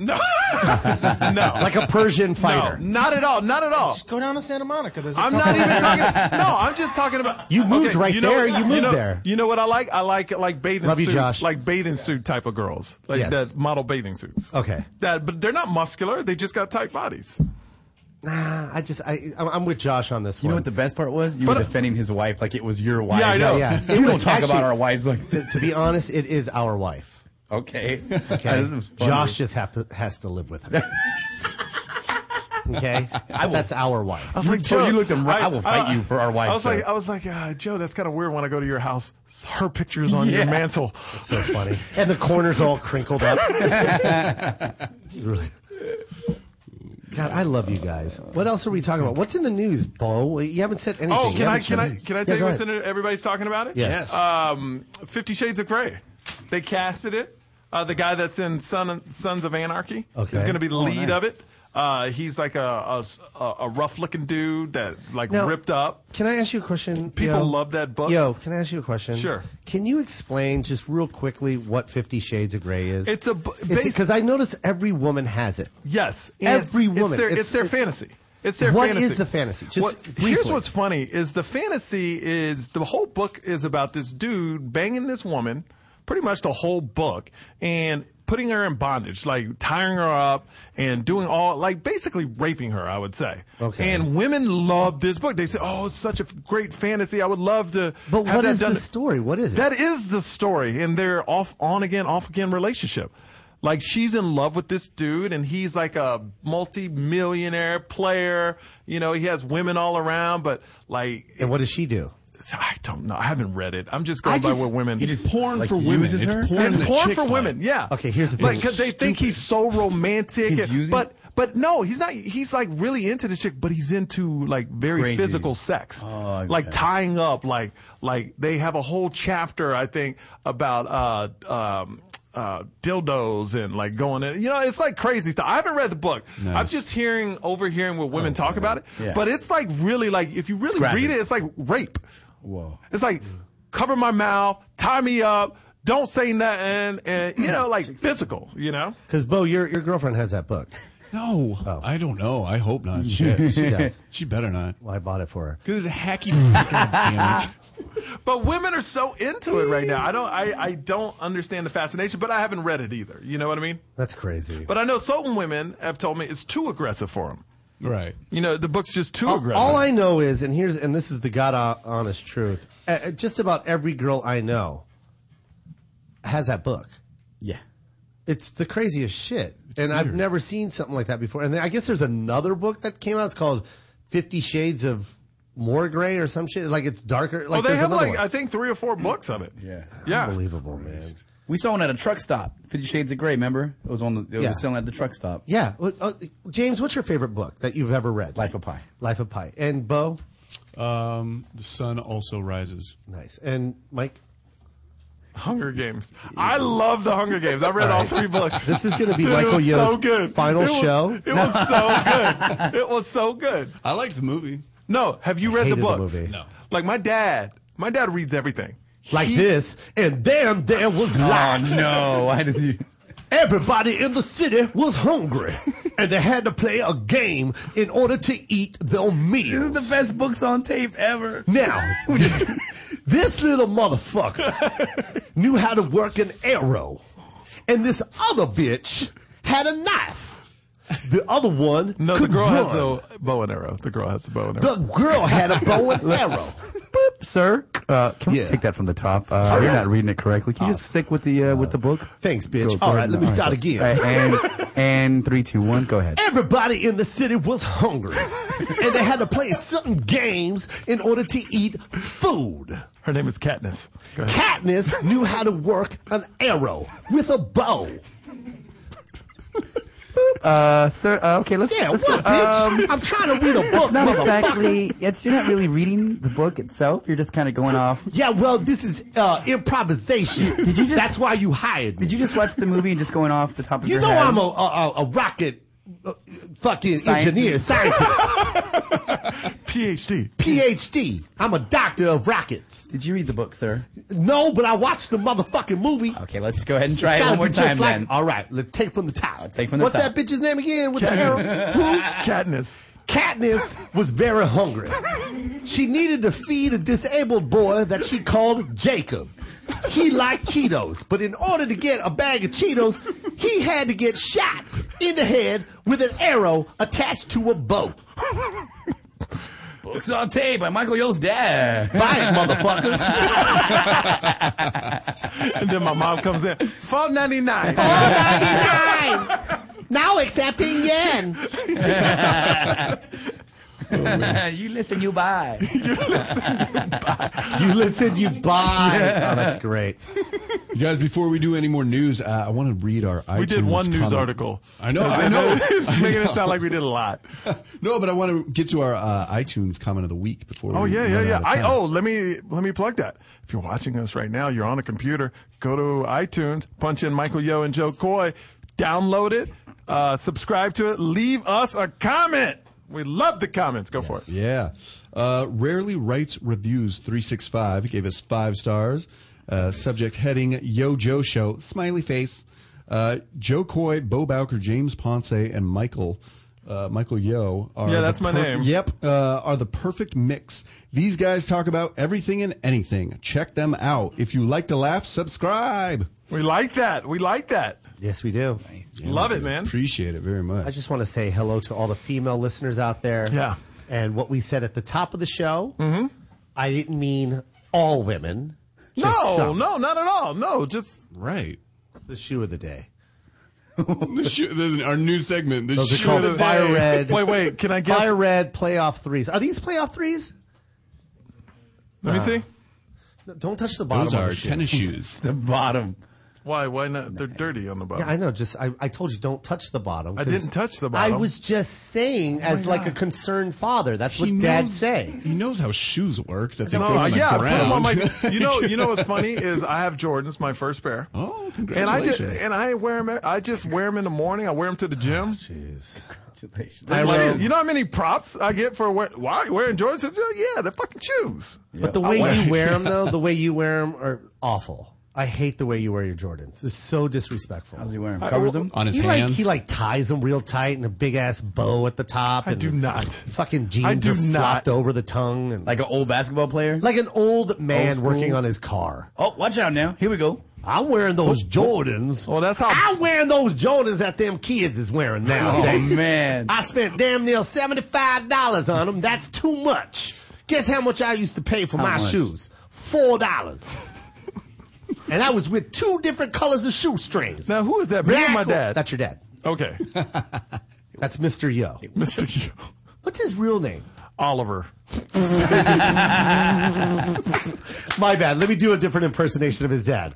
Speaker 2: no, no,
Speaker 3: like a Persian
Speaker 2: no,
Speaker 3: fighter.
Speaker 2: not at all, not at all.
Speaker 7: just go down to Santa Monica. There's a
Speaker 2: I'm
Speaker 7: couple-
Speaker 2: not even talking. No, I'm just talking about.
Speaker 3: You moved right there, you moved
Speaker 2: know,
Speaker 3: there.
Speaker 2: You know what I like? I like like bathing
Speaker 3: Love you,
Speaker 2: suit,
Speaker 3: Josh.
Speaker 2: like bathing suit type of girls, like
Speaker 3: Yes.
Speaker 2: that model bathing suits.
Speaker 3: Okay.
Speaker 2: that but they're not muscular. They just got tight bodies.
Speaker 3: Nah, Uh, I just I I'm- I'm with Josh on this
Speaker 4: You know
Speaker 3: one.
Speaker 4: what the best part was? You
Speaker 2: But, uh,
Speaker 4: were defending his wife like it was your wife.
Speaker 2: Yeah, I know.
Speaker 3: Yeah.
Speaker 4: You don't talk
Speaker 3: Actually-
Speaker 4: about our wives like
Speaker 3: to, to be honest, it is our wife.
Speaker 4: Okay.
Speaker 3: Okay,
Speaker 4: That was funny.
Speaker 3: Josh just have to has to live with her. okay, that's our wife.
Speaker 2: I was like,
Speaker 4: told- you looked him right. I will fight you for our wife,
Speaker 2: I was like,
Speaker 4: sir.
Speaker 2: I was like, uh, Joe, that's kind of weird. When I go to your house, her picture is on your
Speaker 4: Yeah.
Speaker 2: mantle.
Speaker 3: So funny, and the corners all crinkled up. really. God, I love you guys. What else are we talking about? What's in the news, Bo? You haven't said anything.
Speaker 2: Oh,
Speaker 3: You
Speaker 2: can I
Speaker 3: haven't
Speaker 2: can I
Speaker 3: said-
Speaker 2: can I
Speaker 3: Yeah,
Speaker 2: tell you
Speaker 3: go
Speaker 2: what's
Speaker 3: ahead.
Speaker 2: in it? Everybody's talking about it.
Speaker 3: Yes. Yes.
Speaker 2: Um, Fifty Shades of Grey. They casted it. Uh, the guy that's in Son, Sons of Anarchy
Speaker 3: Okay.
Speaker 2: is going to be the
Speaker 4: Oh,
Speaker 2: lead
Speaker 4: nice.
Speaker 2: of it. Uh, he's like a a, rough looking dude that like
Speaker 3: Now-
Speaker 2: ripped up.
Speaker 3: Can I ask you a question?
Speaker 2: People
Speaker 3: Yo?
Speaker 2: love that book.
Speaker 3: Yo, can I ask you a question?
Speaker 2: Sure.
Speaker 3: Can you explain just real quickly what Fifty Shades of Grey is?
Speaker 2: It's a bu- basi-
Speaker 3: because I notice every woman has it.
Speaker 2: Yes,
Speaker 3: And
Speaker 2: every
Speaker 3: it's
Speaker 2: woman.
Speaker 3: their-
Speaker 2: it's,
Speaker 3: it's-
Speaker 2: their
Speaker 3: it-
Speaker 2: fantasy. It's their
Speaker 3: What
Speaker 2: fantasy.
Speaker 3: is the fantasy? Just
Speaker 2: here's
Speaker 3: briefly.
Speaker 2: what's funny is the fantasy is the whole book is about this dude banging this woman, pretty much the whole book, and putting her in bondage, like tying her up and doing all like basically raping her, I would say.
Speaker 3: Okay.
Speaker 2: And women love this book. They say, "Oh, it's such a f- great fantasy. I would love to."
Speaker 3: But
Speaker 2: have
Speaker 3: what
Speaker 2: that
Speaker 3: is
Speaker 2: done
Speaker 3: the
Speaker 2: to-"
Speaker 3: story? What is it?
Speaker 2: That is the story in their off on again, off again relationship. Like she's in love with this dude and he's like a multi-millionaire player. You know, he has women all around, but like
Speaker 3: and what does she do?
Speaker 2: it's- I don't know. I haven't read it. I'm just going
Speaker 3: I
Speaker 2: by
Speaker 3: just-
Speaker 2: what women.
Speaker 5: It's porn
Speaker 4: like,
Speaker 5: for women.
Speaker 4: uses
Speaker 5: It's
Speaker 4: her?
Speaker 5: porn,
Speaker 2: It's
Speaker 5: that
Speaker 2: porn
Speaker 5: chicks
Speaker 2: for
Speaker 5: like.
Speaker 2: women, yeah.
Speaker 3: Okay, here's the thing.
Speaker 2: Because they think he's so romantic,
Speaker 4: He's
Speaker 2: and-
Speaker 4: using-
Speaker 2: but but no, he's not. He's like really into the chick, but he's into like very
Speaker 4: Crazy.
Speaker 2: physical sex,
Speaker 4: Oh, okay.
Speaker 2: like tying up. Like like they have a whole chapter, I think, about uh um uh dildos and like going in. You know, it's like crazy stuff. I haven't read the book. I'm just hearing overhearing what women talk about it,
Speaker 4: Oh, Yeah.
Speaker 2: but it's like really like if you really
Speaker 4: graphic.
Speaker 2: read it, it's like rape.
Speaker 4: Whoa.
Speaker 2: It's like cover my mouth, tie me up, don't say nothing, and you know, like physical, you know.
Speaker 3: Because Bo, your your girlfriend has that book.
Speaker 5: No,
Speaker 3: Oh.
Speaker 5: I don't know. I hope not. Shit.
Speaker 3: She does.
Speaker 5: she better not.
Speaker 3: Well, I bought it for her.
Speaker 5: Because it's a hacky. God damn it.
Speaker 2: But women are so into it right now. I don't, I, I don't understand the fascination, but I haven't read it either. You know what I mean?
Speaker 3: That's crazy.
Speaker 2: But I know certain women have told me it's too aggressive for them.
Speaker 5: Right.
Speaker 2: You know, the book's just too
Speaker 3: all,
Speaker 2: aggressive.
Speaker 3: all I know is, and here's, and this is the god ho- honest truth. uh, Uh, just about every girl I know has that book.
Speaker 4: Yeah.
Speaker 3: It's the craziest shit, and I've never seen something like that before. And then I guess there's another book that came out. It's called Fifty Shades of More Gray or some shit. Like it's darker. Like
Speaker 2: well, Oh, they
Speaker 3: there's
Speaker 2: have
Speaker 3: another
Speaker 2: like
Speaker 3: one.
Speaker 2: I think three or four books of it.
Speaker 4: Yeah.
Speaker 2: yeah.
Speaker 3: Unbelievable, man.
Speaker 4: We saw one at a truck stop. Fifty Shades of Grey. Remember? It was on the. It was
Speaker 3: Yeah.
Speaker 4: selling at the truck stop.
Speaker 3: Yeah, Well, uh, James, what's your favorite book that you've ever read?
Speaker 4: Life of Pi.
Speaker 3: Life of Pi. And Bo,
Speaker 5: Um, the sun also rises.
Speaker 3: nice. And Mike,
Speaker 2: Hunger Games. I love the Hunger Games. I read all three books.
Speaker 3: this is going to be
Speaker 2: Dude, it
Speaker 3: Michael
Speaker 2: was
Speaker 3: Yo's
Speaker 2: so good.
Speaker 3: final
Speaker 2: It was-
Speaker 3: show.
Speaker 2: It was so good. It was so good.
Speaker 5: I liked the movie.
Speaker 2: No, have you read the
Speaker 3: hated the
Speaker 2: books?
Speaker 3: movie. No.
Speaker 2: Like my dad, my dad reads everything.
Speaker 3: like
Speaker 2: He-
Speaker 3: this, and damn, there was
Speaker 4: Oh
Speaker 3: light.
Speaker 4: no! Why did you?
Speaker 3: Everybody in the city was hungry, and they had to play a game in order to eat their
Speaker 4: This
Speaker 3: meals.
Speaker 4: is the best books on tape ever.
Speaker 3: Now, this little motherfucker knew how to work an arrow, and this other bitch had a knife. The other one
Speaker 2: No, the
Speaker 3: could
Speaker 2: girl has
Speaker 3: run.
Speaker 2: the bow and arrow. The girl has the bow and arrow.
Speaker 3: The girl had a bow and arrow.
Speaker 4: Sir, uh, can
Speaker 3: Yeah. take
Speaker 4: that from the top? Uh, you're not reading it correctly. Can you just stick with the uh, with the book?
Speaker 3: Thanks, bitch. All right, let me start again.
Speaker 4: and, and three, two, one. Go ahead.
Speaker 3: Everybody in the city was hungry, and they had to play certain games in order to eat food.
Speaker 2: Her name is Katniss. Go ahead.
Speaker 3: Katniss knew how to work an arrow with a bow.
Speaker 8: Uh, sir, uh, okay, let's.
Speaker 3: Yeah,
Speaker 8: let's
Speaker 3: what,
Speaker 8: go.
Speaker 4: um,
Speaker 3: bitch? I'm trying to read a book,
Speaker 8: Um, It's not
Speaker 3: motherfucker.
Speaker 8: exactly. It's you're not really reading the book itself. You're just kind of going off.
Speaker 3: Yeah, well, this is uh, improvisation. That's why you hired me.
Speaker 8: Did you just watch the movie and just going off the top of
Speaker 3: You
Speaker 8: your
Speaker 3: know
Speaker 8: head?
Speaker 3: I'm a, a, a- a rocket uh, fucking engineer, scientist,
Speaker 2: PhD.
Speaker 3: PhD. I'm a doctor of rockets.
Speaker 4: Did you read the book, sir?
Speaker 3: No, but I watched the motherfucking movie.
Speaker 4: Okay, let's go ahead and try it
Speaker 3: Gotta
Speaker 4: one more
Speaker 3: be
Speaker 4: time,
Speaker 3: just like-
Speaker 4: then.
Speaker 3: All right, let's take from the top.
Speaker 4: take from the
Speaker 3: What's
Speaker 4: top.
Speaker 3: that bitch's name again with the arrow?
Speaker 2: Katniss. Who? Katniss.
Speaker 3: Katniss was very hungry. She needed to feed a disabled boy that she called Jacob. He liked Cheetos, but in order to get a bag of Cheetos, he had to get shot in the head with an arrow attached to a bow.
Speaker 4: Books on tape by Michael Yo's dad.
Speaker 3: Buy it, motherfuckers.
Speaker 2: And then my mom comes in. Four ninety nine.
Speaker 3: $4.99. Now accepting yen.
Speaker 4: you listen, you buy.
Speaker 3: You listen, you buy. Oh, that's great.
Speaker 5: You guys, before we do any more news, uh, I want to read our.
Speaker 2: We did
Speaker 5: iTunes
Speaker 2: one news
Speaker 5: comment.
Speaker 2: article.
Speaker 5: I know, I know.
Speaker 2: It's making it sound like we did a lot.
Speaker 5: No, but I want to get to our uh, iTunes comment of the week before.
Speaker 2: Oh
Speaker 5: we
Speaker 2: yeah,
Speaker 5: run
Speaker 2: yeah,
Speaker 5: out
Speaker 2: yeah.
Speaker 5: of
Speaker 2: I
Speaker 5: time.
Speaker 2: oh let me let me plug that. If you're watching us right now, you're on a computer. Go to iTunes, punch in Michael Yo and Joe Coy, download it, Uh, subscribe to it. Leave us a comment. We love the comments. Go for it.
Speaker 5: Yeah. Uh, Rarely Writes Reviews 365 gave us five stars. Uh, Subject heading Yo Joe Show, smiley face. Uh, Joe Coy, Bo Bowker, James Ponce, and Michael. Uh, Michael Yo are
Speaker 2: Yeah,
Speaker 5: the
Speaker 2: that's my name.
Speaker 5: Yep, uh, are the perfect mix. These guys talk about everything and anything. Check them out. If you like to laugh, subscribe.
Speaker 2: We like that. We like that.
Speaker 3: Yes, we do.
Speaker 2: Love it, man.
Speaker 5: Appreciate it very
Speaker 3: I
Speaker 5: much.
Speaker 3: just want to say hello to all the female listeners out there.
Speaker 2: Yeah. Mm-hmm.
Speaker 3: And what we said at the top of the show, I didn't mean all women.
Speaker 2: No,
Speaker 3: Just some.
Speaker 2: no, not at all. No, just
Speaker 5: Right.
Speaker 3: It's the shoe of the day.
Speaker 5: The shoe- this is our new segment. The
Speaker 3: Those are
Speaker 5: shoe
Speaker 3: called
Speaker 5: of the
Speaker 3: Fire
Speaker 5: day.
Speaker 3: Red.
Speaker 2: wait, wait. Can I guess?
Speaker 3: Fire Red playoff threes. Are these playoff threes?
Speaker 2: Let me see.
Speaker 3: No, don't touch the bottom.
Speaker 5: Those
Speaker 3: of
Speaker 5: are
Speaker 3: the shoe.
Speaker 5: tennis shoes.
Speaker 4: The bottom.
Speaker 2: Why? Why not? They're dirty on the bottom.
Speaker 3: Yeah, I know. Just I, I told you don't touch the bottom.
Speaker 2: I
Speaker 3: 'cause
Speaker 2: didn't touch the bottom. Oh
Speaker 3: I was just saying, as like a concerned father, that's what dads say.
Speaker 5: He knows how shoes work. That they
Speaker 2: No,
Speaker 5: go
Speaker 2: I-
Speaker 5: like
Speaker 2: yeah, put 'em
Speaker 5: around.
Speaker 2: on my. You know, you know what's funny is I have Jordans, my first pair.
Speaker 5: oh,
Speaker 2: and I
Speaker 5: congratulations!
Speaker 2: just and I wear them. I just wear them in the morning. I wear them to the gym.
Speaker 4: Congratulations.
Speaker 3: I
Speaker 2: Shit,
Speaker 3: wrote,
Speaker 2: you know how many props I get for wear, why are you wearing Jordans to the gym? Yeah, they're fucking shoes.
Speaker 3: but the way you wear them though, the way you wear them are awful. I hate the way you wear your Jordans. It's so disrespectful.
Speaker 4: How's he wearing? Covers them.
Speaker 5: on his
Speaker 3: he
Speaker 5: hands.
Speaker 3: like he like ties them real tight and a big ass bow at the top.
Speaker 2: I
Speaker 3: and
Speaker 2: do not.
Speaker 3: Fucking jeans
Speaker 2: I do
Speaker 3: are flopped
Speaker 2: not.
Speaker 3: over the tongue and
Speaker 4: Like an old basketball player.
Speaker 3: like an old man
Speaker 4: school.
Speaker 3: working on his car.
Speaker 4: Oh, watch out now. Here we go.
Speaker 3: I'm wearing those Jordans.
Speaker 2: Well, that's how- Oh,
Speaker 3: I'm wearing those Jordans that them kids is wearing nowadays.
Speaker 4: Oh, man.
Speaker 3: Oh, I spent damn near seventy five dollars on them. That's too much. Guess how much I used to pay for my
Speaker 4: much?
Speaker 3: shoes? Four dollars. and I was with two different colors of shoestrings.
Speaker 2: Now who is that? Me or my
Speaker 3: or-
Speaker 2: dad?
Speaker 3: That's your dad.
Speaker 2: okay,
Speaker 3: That's Mr. Yo.
Speaker 2: Mr. Q.
Speaker 3: What's his real name?
Speaker 2: Oliver.
Speaker 3: My bad. Let me do a different impersonation of his dad.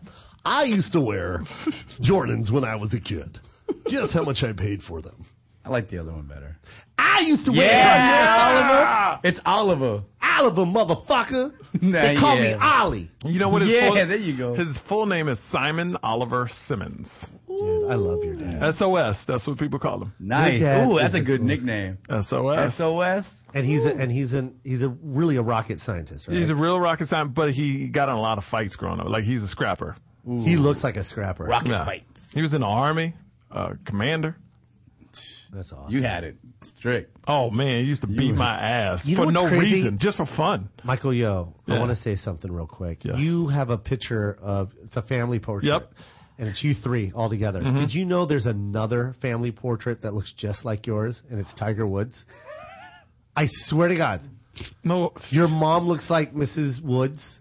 Speaker 3: I used to wear Jordans when I was a kid. Just how much I paid for them.
Speaker 4: I like the other one better.
Speaker 3: I used to wear
Speaker 4: Yeah, Oliver. It's Oliver.
Speaker 3: Oliver, motherfucker.
Speaker 4: Nah,
Speaker 3: they call me
Speaker 4: yeah.
Speaker 3: Ollie.
Speaker 2: You know what? His
Speaker 4: Yeah,
Speaker 2: full,
Speaker 4: there you go.
Speaker 2: His full name is Simon Oliver Simmons.
Speaker 3: Dude, I love your dad.
Speaker 2: SOS. That's what people call him.
Speaker 4: Nice.
Speaker 3: Your dad
Speaker 4: Ooh,
Speaker 3: is
Speaker 4: that's a
Speaker 3: the
Speaker 4: good
Speaker 3: coolest.
Speaker 4: nickname.
Speaker 2: SOS.
Speaker 4: SOS.
Speaker 3: And he's a, and he's an he's a really a rocket scientist, right?
Speaker 2: He's a real rocket scientist, but he got in a lot of fights growing up. Like he's a scrapper.
Speaker 3: he looks like a scrapper.
Speaker 4: Rocket
Speaker 2: Yeah.
Speaker 4: fights.
Speaker 2: He was in the army, uh, commander.
Speaker 3: That's awesome.
Speaker 4: You had it. Strict.
Speaker 2: Oh man, he used to beat my ass
Speaker 3: You know
Speaker 2: for
Speaker 3: what's
Speaker 2: no
Speaker 3: crazy?
Speaker 2: reason, just for fun.
Speaker 3: Michael Yo, I
Speaker 2: Yeah.
Speaker 3: want to say something real quick.
Speaker 2: Yes.
Speaker 3: You have a picture of it's a family portrait.
Speaker 2: Yep. Mm-hmm.
Speaker 3: And it's you three all together. Did you know there's another family portrait that looks just like yours and it's Tiger Woods? I swear to God.
Speaker 2: No,
Speaker 3: Your mom looks like Mrs. Woods.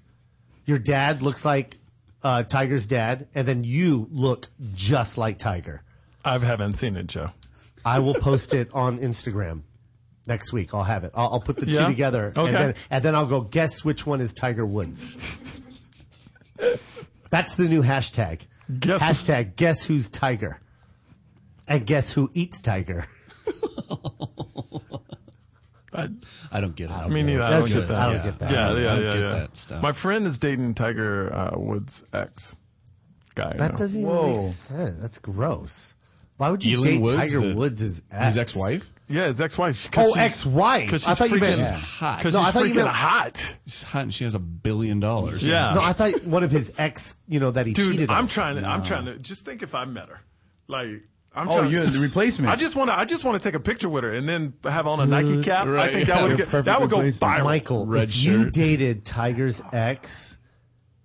Speaker 3: Your dad looks like uh, Tiger's dad, and then you look just like Tiger.
Speaker 2: I haven't seen it, Joe.
Speaker 3: I will post it on Instagram next week. I'll have it. I'll, I'll put the two
Speaker 2: Yeah?
Speaker 3: together,
Speaker 2: Okay.
Speaker 3: and then and then I'll go. Guess which one is Tiger Woods? That's the new hashtag.
Speaker 2: Guess-
Speaker 3: hashtag Guess who's Tiger, and guess who eats Tiger.
Speaker 2: I,
Speaker 5: I don't get it.
Speaker 2: me neither. I
Speaker 3: That's
Speaker 2: don't
Speaker 3: just
Speaker 2: get that.
Speaker 3: I don't get that.
Speaker 2: Yeah,
Speaker 5: I don't-
Speaker 2: yeah,
Speaker 5: I don't
Speaker 2: yeah,
Speaker 5: get
Speaker 2: yeah.
Speaker 5: that stuff.
Speaker 2: My friend is dating Tiger uh, Woods' ex guy. I
Speaker 3: That
Speaker 2: know.
Speaker 3: doesn't even
Speaker 4: Whoa.
Speaker 3: make sense. That's gross. Why would you
Speaker 5: Elon
Speaker 3: date
Speaker 5: Woods,
Speaker 3: Tiger
Speaker 5: the-
Speaker 3: Woods' ex?
Speaker 5: His ex-wife.
Speaker 2: Yeah, his ex-wife.
Speaker 3: Oh, ex-wife.
Speaker 2: Because she's
Speaker 3: I thought you
Speaker 2: freaking,
Speaker 3: meant-
Speaker 2: she's
Speaker 3: Yeah.
Speaker 2: hot.
Speaker 3: No,
Speaker 2: she's
Speaker 3: I thought you
Speaker 2: freaking
Speaker 3: meant-
Speaker 2: hot.
Speaker 5: She's hot and she has a billion dollars.
Speaker 2: Yeah.
Speaker 3: No, I thought one of his ex. You know that he
Speaker 2: Dude,
Speaker 3: cheated.
Speaker 2: I'm
Speaker 3: on.
Speaker 2: trying to. I'm trying to. Just think if I met her, like. I'm
Speaker 4: Oh,
Speaker 2: trying-
Speaker 4: you're the replacement.
Speaker 2: I just want to. I just want to take a picture with her and then have on a Nike cap. I
Speaker 5: right,
Speaker 2: think that would
Speaker 4: You're
Speaker 2: get,
Speaker 4: perfect
Speaker 2: that would go
Speaker 4: replacement.
Speaker 2: viral.
Speaker 3: Michael,
Speaker 5: Red
Speaker 3: if you
Speaker 5: shirt.
Speaker 3: dated Tiger's ex,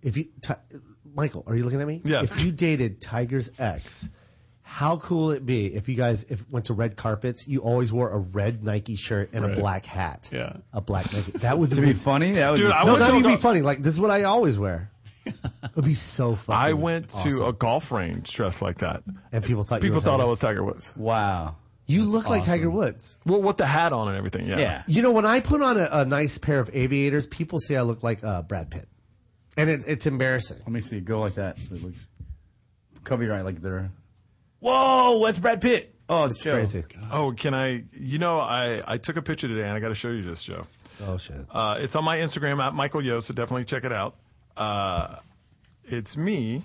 Speaker 3: if you, ti Michael, are you looking at me?
Speaker 2: Yes.
Speaker 3: If you dated Tiger's ex, how cool would it be if you guys if went to red carpets? You always wore a red Nike shirt and
Speaker 5: Right.
Speaker 3: a black hat.
Speaker 5: Yeah.
Speaker 3: a black Nike. That would
Speaker 4: To be funny, that would
Speaker 2: Dude,
Speaker 4: be
Speaker 2: I
Speaker 3: No,
Speaker 2: went
Speaker 3: that
Speaker 2: to
Speaker 3: would
Speaker 2: a
Speaker 3: be
Speaker 2: go-
Speaker 3: funny. Like this is what I always wear. It'd be so funny.
Speaker 2: I went to a golf range dressed like that,
Speaker 3: and people thought you
Speaker 2: people
Speaker 3: were
Speaker 2: thought
Speaker 3: Tiger.
Speaker 2: I was Tiger Woods.
Speaker 4: wow.
Speaker 3: You look like Tiger Woods.
Speaker 2: Well, with the hat on and everything. Yeah.
Speaker 4: Yeah.
Speaker 3: You know, when I put on a, a nice pair of aviators, people say I look like uh, Brad Pitt, and it, it's embarrassing.
Speaker 4: Let me see. Go like that. So it looks. Cover your eye like they're. Whoa! What's Brad Pitt? Oh, it's Joe.
Speaker 3: Crazy.
Speaker 2: Oh, can I? You know, I I took a picture today, and I got to show you this, Joe.
Speaker 3: Oh shit.
Speaker 2: Uh, it's on my Instagram at Michael Yo, so definitely check it out. Uh, it's me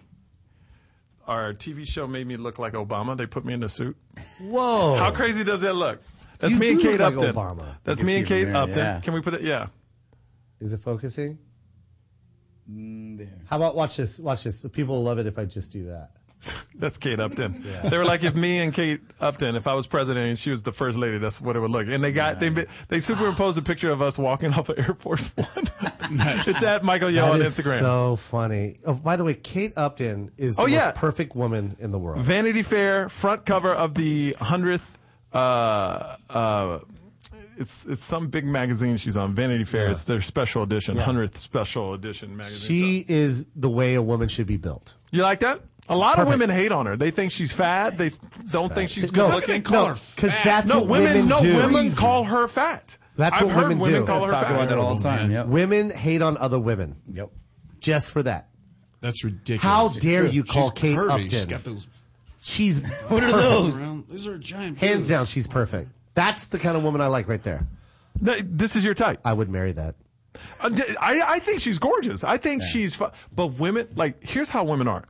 Speaker 2: our TV show made me look like Obama. They put me in a suit.
Speaker 3: Whoa.
Speaker 2: How crazy does that look? That's
Speaker 3: You
Speaker 2: me and
Speaker 3: do
Speaker 2: Kate
Speaker 3: look like
Speaker 2: Upton.
Speaker 3: Obama.
Speaker 2: That's
Speaker 4: You
Speaker 2: me
Speaker 4: can
Speaker 2: and
Speaker 4: see it
Speaker 2: Kate
Speaker 4: from there,
Speaker 2: Upton.
Speaker 4: yeah.
Speaker 2: Can we put it? Yeah.
Speaker 3: Is it focusing?
Speaker 2: Mm,
Speaker 4: there.
Speaker 3: How about watch this? Watch this. The people love it if I just do that.
Speaker 2: That's Kate Upton. They were like, if me and Kate Upton, if I was president and she was the first lady, that's what it would look. And they got they they superimposed a picture of us walking off of Air Force One. It's at Michael Yo on
Speaker 3: That is
Speaker 2: Instagram.
Speaker 3: so funny. Oh, by the way, Kate Upton is the
Speaker 2: Oh, yeah.
Speaker 3: most perfect woman in the world.
Speaker 2: Vanity Fair front cover of the hundredth. Uh, uh, it's it's some big magazine she's on. Vanity Fair. It's their special edition, hundredth special edition magazine.
Speaker 3: she is the way a woman should be built.
Speaker 2: So- you like that? A lot
Speaker 3: Perfect.
Speaker 2: of women hate on her. They think she's fat. They s- don't think she's good
Speaker 3: no,
Speaker 2: looking.
Speaker 3: no, because that's
Speaker 2: No,
Speaker 3: what
Speaker 2: women, no
Speaker 3: do.
Speaker 2: women call her fat.
Speaker 3: That's
Speaker 2: I've
Speaker 3: what
Speaker 2: heard
Speaker 3: women
Speaker 2: women
Speaker 3: do.
Speaker 2: call
Speaker 4: Talk
Speaker 2: her fat.
Speaker 4: about that all the time. Yep.
Speaker 3: Women hate on other women
Speaker 4: Yep.
Speaker 3: just for that.
Speaker 5: That's ridiculous.
Speaker 3: How dare you call
Speaker 5: She's
Speaker 3: Kate
Speaker 5: curvy.
Speaker 3: Upton?
Speaker 5: She's got those
Speaker 3: She's
Speaker 4: What are those?
Speaker 5: around. These are giant.
Speaker 3: hands
Speaker 5: boobs.
Speaker 3: down. She's perfect. That's the kind of woman I like right there.
Speaker 2: Th- This is your type.
Speaker 3: I would marry that.
Speaker 2: Uh, d- I, I think she's gorgeous. I think she's fu- but women like here's how women are.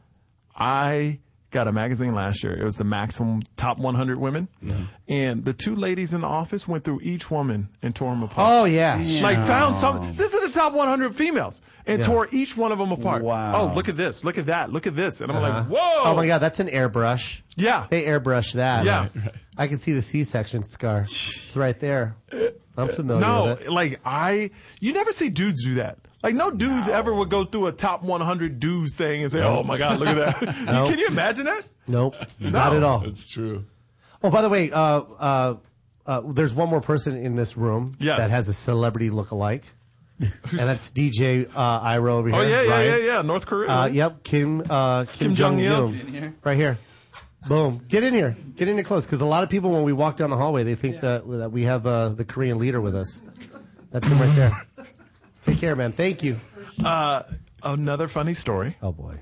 Speaker 2: I got a magazine last year. It was the maximum top 100 women,
Speaker 3: Mm-hmm.
Speaker 2: and the two ladies in the office went through each woman and tore them apart.
Speaker 3: Oh yeah,
Speaker 2: Like found some. This is the top 100 females, and tore each one of them apart.
Speaker 4: Wow.
Speaker 2: Oh, look at this! Look at that! Look at this! And I'm like, whoa!
Speaker 3: Oh my god, that's an airbrush.
Speaker 2: Yeah.
Speaker 3: They airbrush that.
Speaker 2: Yeah.
Speaker 3: I can see the C section scar. It's right there. I'm familiar
Speaker 2: No,
Speaker 3: with it.
Speaker 2: like I, you never see dudes do that. Like no dudes ever would go through a top 100 dudes thing and say, "Oh my God, look at that!" You-
Speaker 3: No.
Speaker 2: Can you imagine that?
Speaker 3: Nope. Not at all.
Speaker 5: That's true.
Speaker 3: Oh, by the way, uh, uh, uh, there's one more person in this room
Speaker 2: Yes.
Speaker 3: that has a celebrity look-alike, and that's DJ uh, Iro over here.
Speaker 2: Oh yeah, yeah, yeah,
Speaker 3: Ryan.
Speaker 2: yeah. North Korea.
Speaker 3: Uh, yep, Kim uh, Kim, Jong
Speaker 2: Jong-il.
Speaker 3: Il, right here. Boom! Get in here. Get in here close, because a lot of people when we walk down the hallway, they think that that we have uh, the Korean leader with us. That's him right there. Take care, man. Thank you.
Speaker 2: Another funny story.
Speaker 3: Oh boy,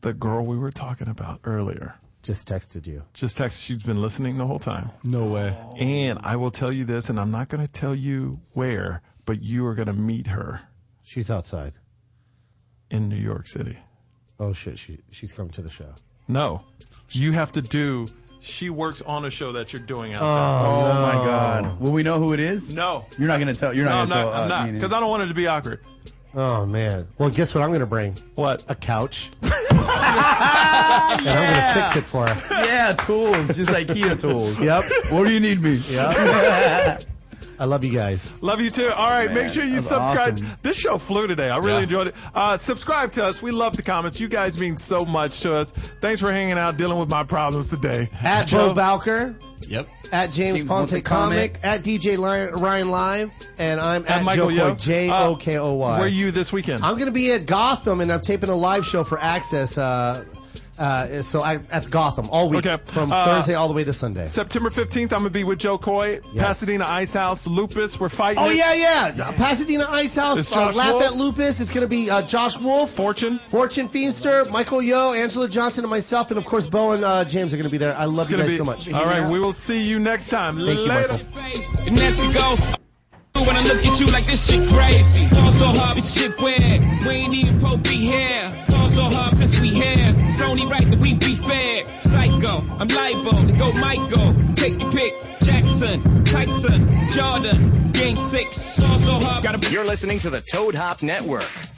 Speaker 2: The girl we were talking about earlier
Speaker 3: just texted you.
Speaker 2: just texted. She's been listening the whole time,
Speaker 5: No way.
Speaker 2: and I will tell you this, and I'm not going to tell you where, but you are going to meet her
Speaker 3: She's outside.
Speaker 2: in New York City.
Speaker 3: Oh shit, she she's coming to the show.
Speaker 2: No, you have to do. She works on a show that you're doing out there.
Speaker 4: Oh my God. Will we know who it is?
Speaker 2: No.
Speaker 4: You're not gonna tell. You're
Speaker 2: No,
Speaker 4: not
Speaker 2: I'm
Speaker 4: gonna
Speaker 2: not.
Speaker 4: tell.
Speaker 2: I'm
Speaker 4: uh,
Speaker 2: not.
Speaker 4: me and
Speaker 2: Because
Speaker 4: him.
Speaker 2: I don't want it to be awkward.
Speaker 3: Oh man. Well, guess what? I'm gonna bring
Speaker 2: What?
Speaker 3: a couch. And I'm gonna fix it for her.
Speaker 4: yeah, tools, just IKEA tools.
Speaker 3: Yep.
Speaker 4: What do you need me?
Speaker 3: I love you guys.
Speaker 2: Love you too. All right, make
Speaker 4: Man,
Speaker 2: sure you
Speaker 4: that's
Speaker 2: subscribe.
Speaker 4: awesome.
Speaker 2: This show flew today. I really
Speaker 3: Yeah.
Speaker 2: enjoyed it. Uh, subscribe to us. We love the comments. You guys mean so much to us. Thanks for hanging out, dealing with my problems today.
Speaker 3: At
Speaker 2: Joe-
Speaker 3: Bo Bowker,
Speaker 5: Yep.
Speaker 3: at James
Speaker 4: James
Speaker 3: Fonte
Speaker 4: Fonte
Speaker 3: Comic,
Speaker 4: Comic,
Speaker 3: at DJ Li- Ryan Live, and I'm
Speaker 2: at
Speaker 3: at,
Speaker 2: Michael Yo.
Speaker 3: Jokoy, J
Speaker 2: Uh,
Speaker 3: O K O
Speaker 2: Where are
Speaker 3: Y.
Speaker 2: you this weekend?
Speaker 3: I'm gonna be at Gotham, and I'm taping a live show for Access. Uh, uh, so I, at Gotham all week,
Speaker 2: Okay.
Speaker 3: from
Speaker 2: Uh,
Speaker 3: Thursday all the way to Sunday.
Speaker 2: September 15th, I'm going to be with Joe Coy,
Speaker 3: Yes.
Speaker 2: Pasadena Ice House, Lupus. We're fighting.
Speaker 3: Oh
Speaker 2: it.
Speaker 3: yeah, yeah. Pasadena Ice House.
Speaker 2: It's
Speaker 3: Uh,
Speaker 2: Josh
Speaker 3: Laugh
Speaker 2: Wolf.
Speaker 3: at Lupus. It's going to be uh, Josh Wolf,
Speaker 2: Fortune.
Speaker 3: Fortune Feenster, Michael Yo, Angela Johnson, and myself, and of course Bo and uh, James are going to be there. I love you
Speaker 2: Gonna
Speaker 3: guys
Speaker 2: be-
Speaker 3: so much.
Speaker 2: All right, we will see you next time.
Speaker 3: Thank you,
Speaker 2: Later.
Speaker 3: Michael.
Speaker 9: And as we go, when I look at you like this shit crazy. Fall so hard, this shit weird. We ain't even pro be here. Fall so hard since we here. It's only right that we be fair. Psycho, I'm liable to go Michael. Take your pick. Jackson, Tyson, Jordan, Game 6. Fall so hard, gotta
Speaker 10: You're listening to the Toad Hop Network.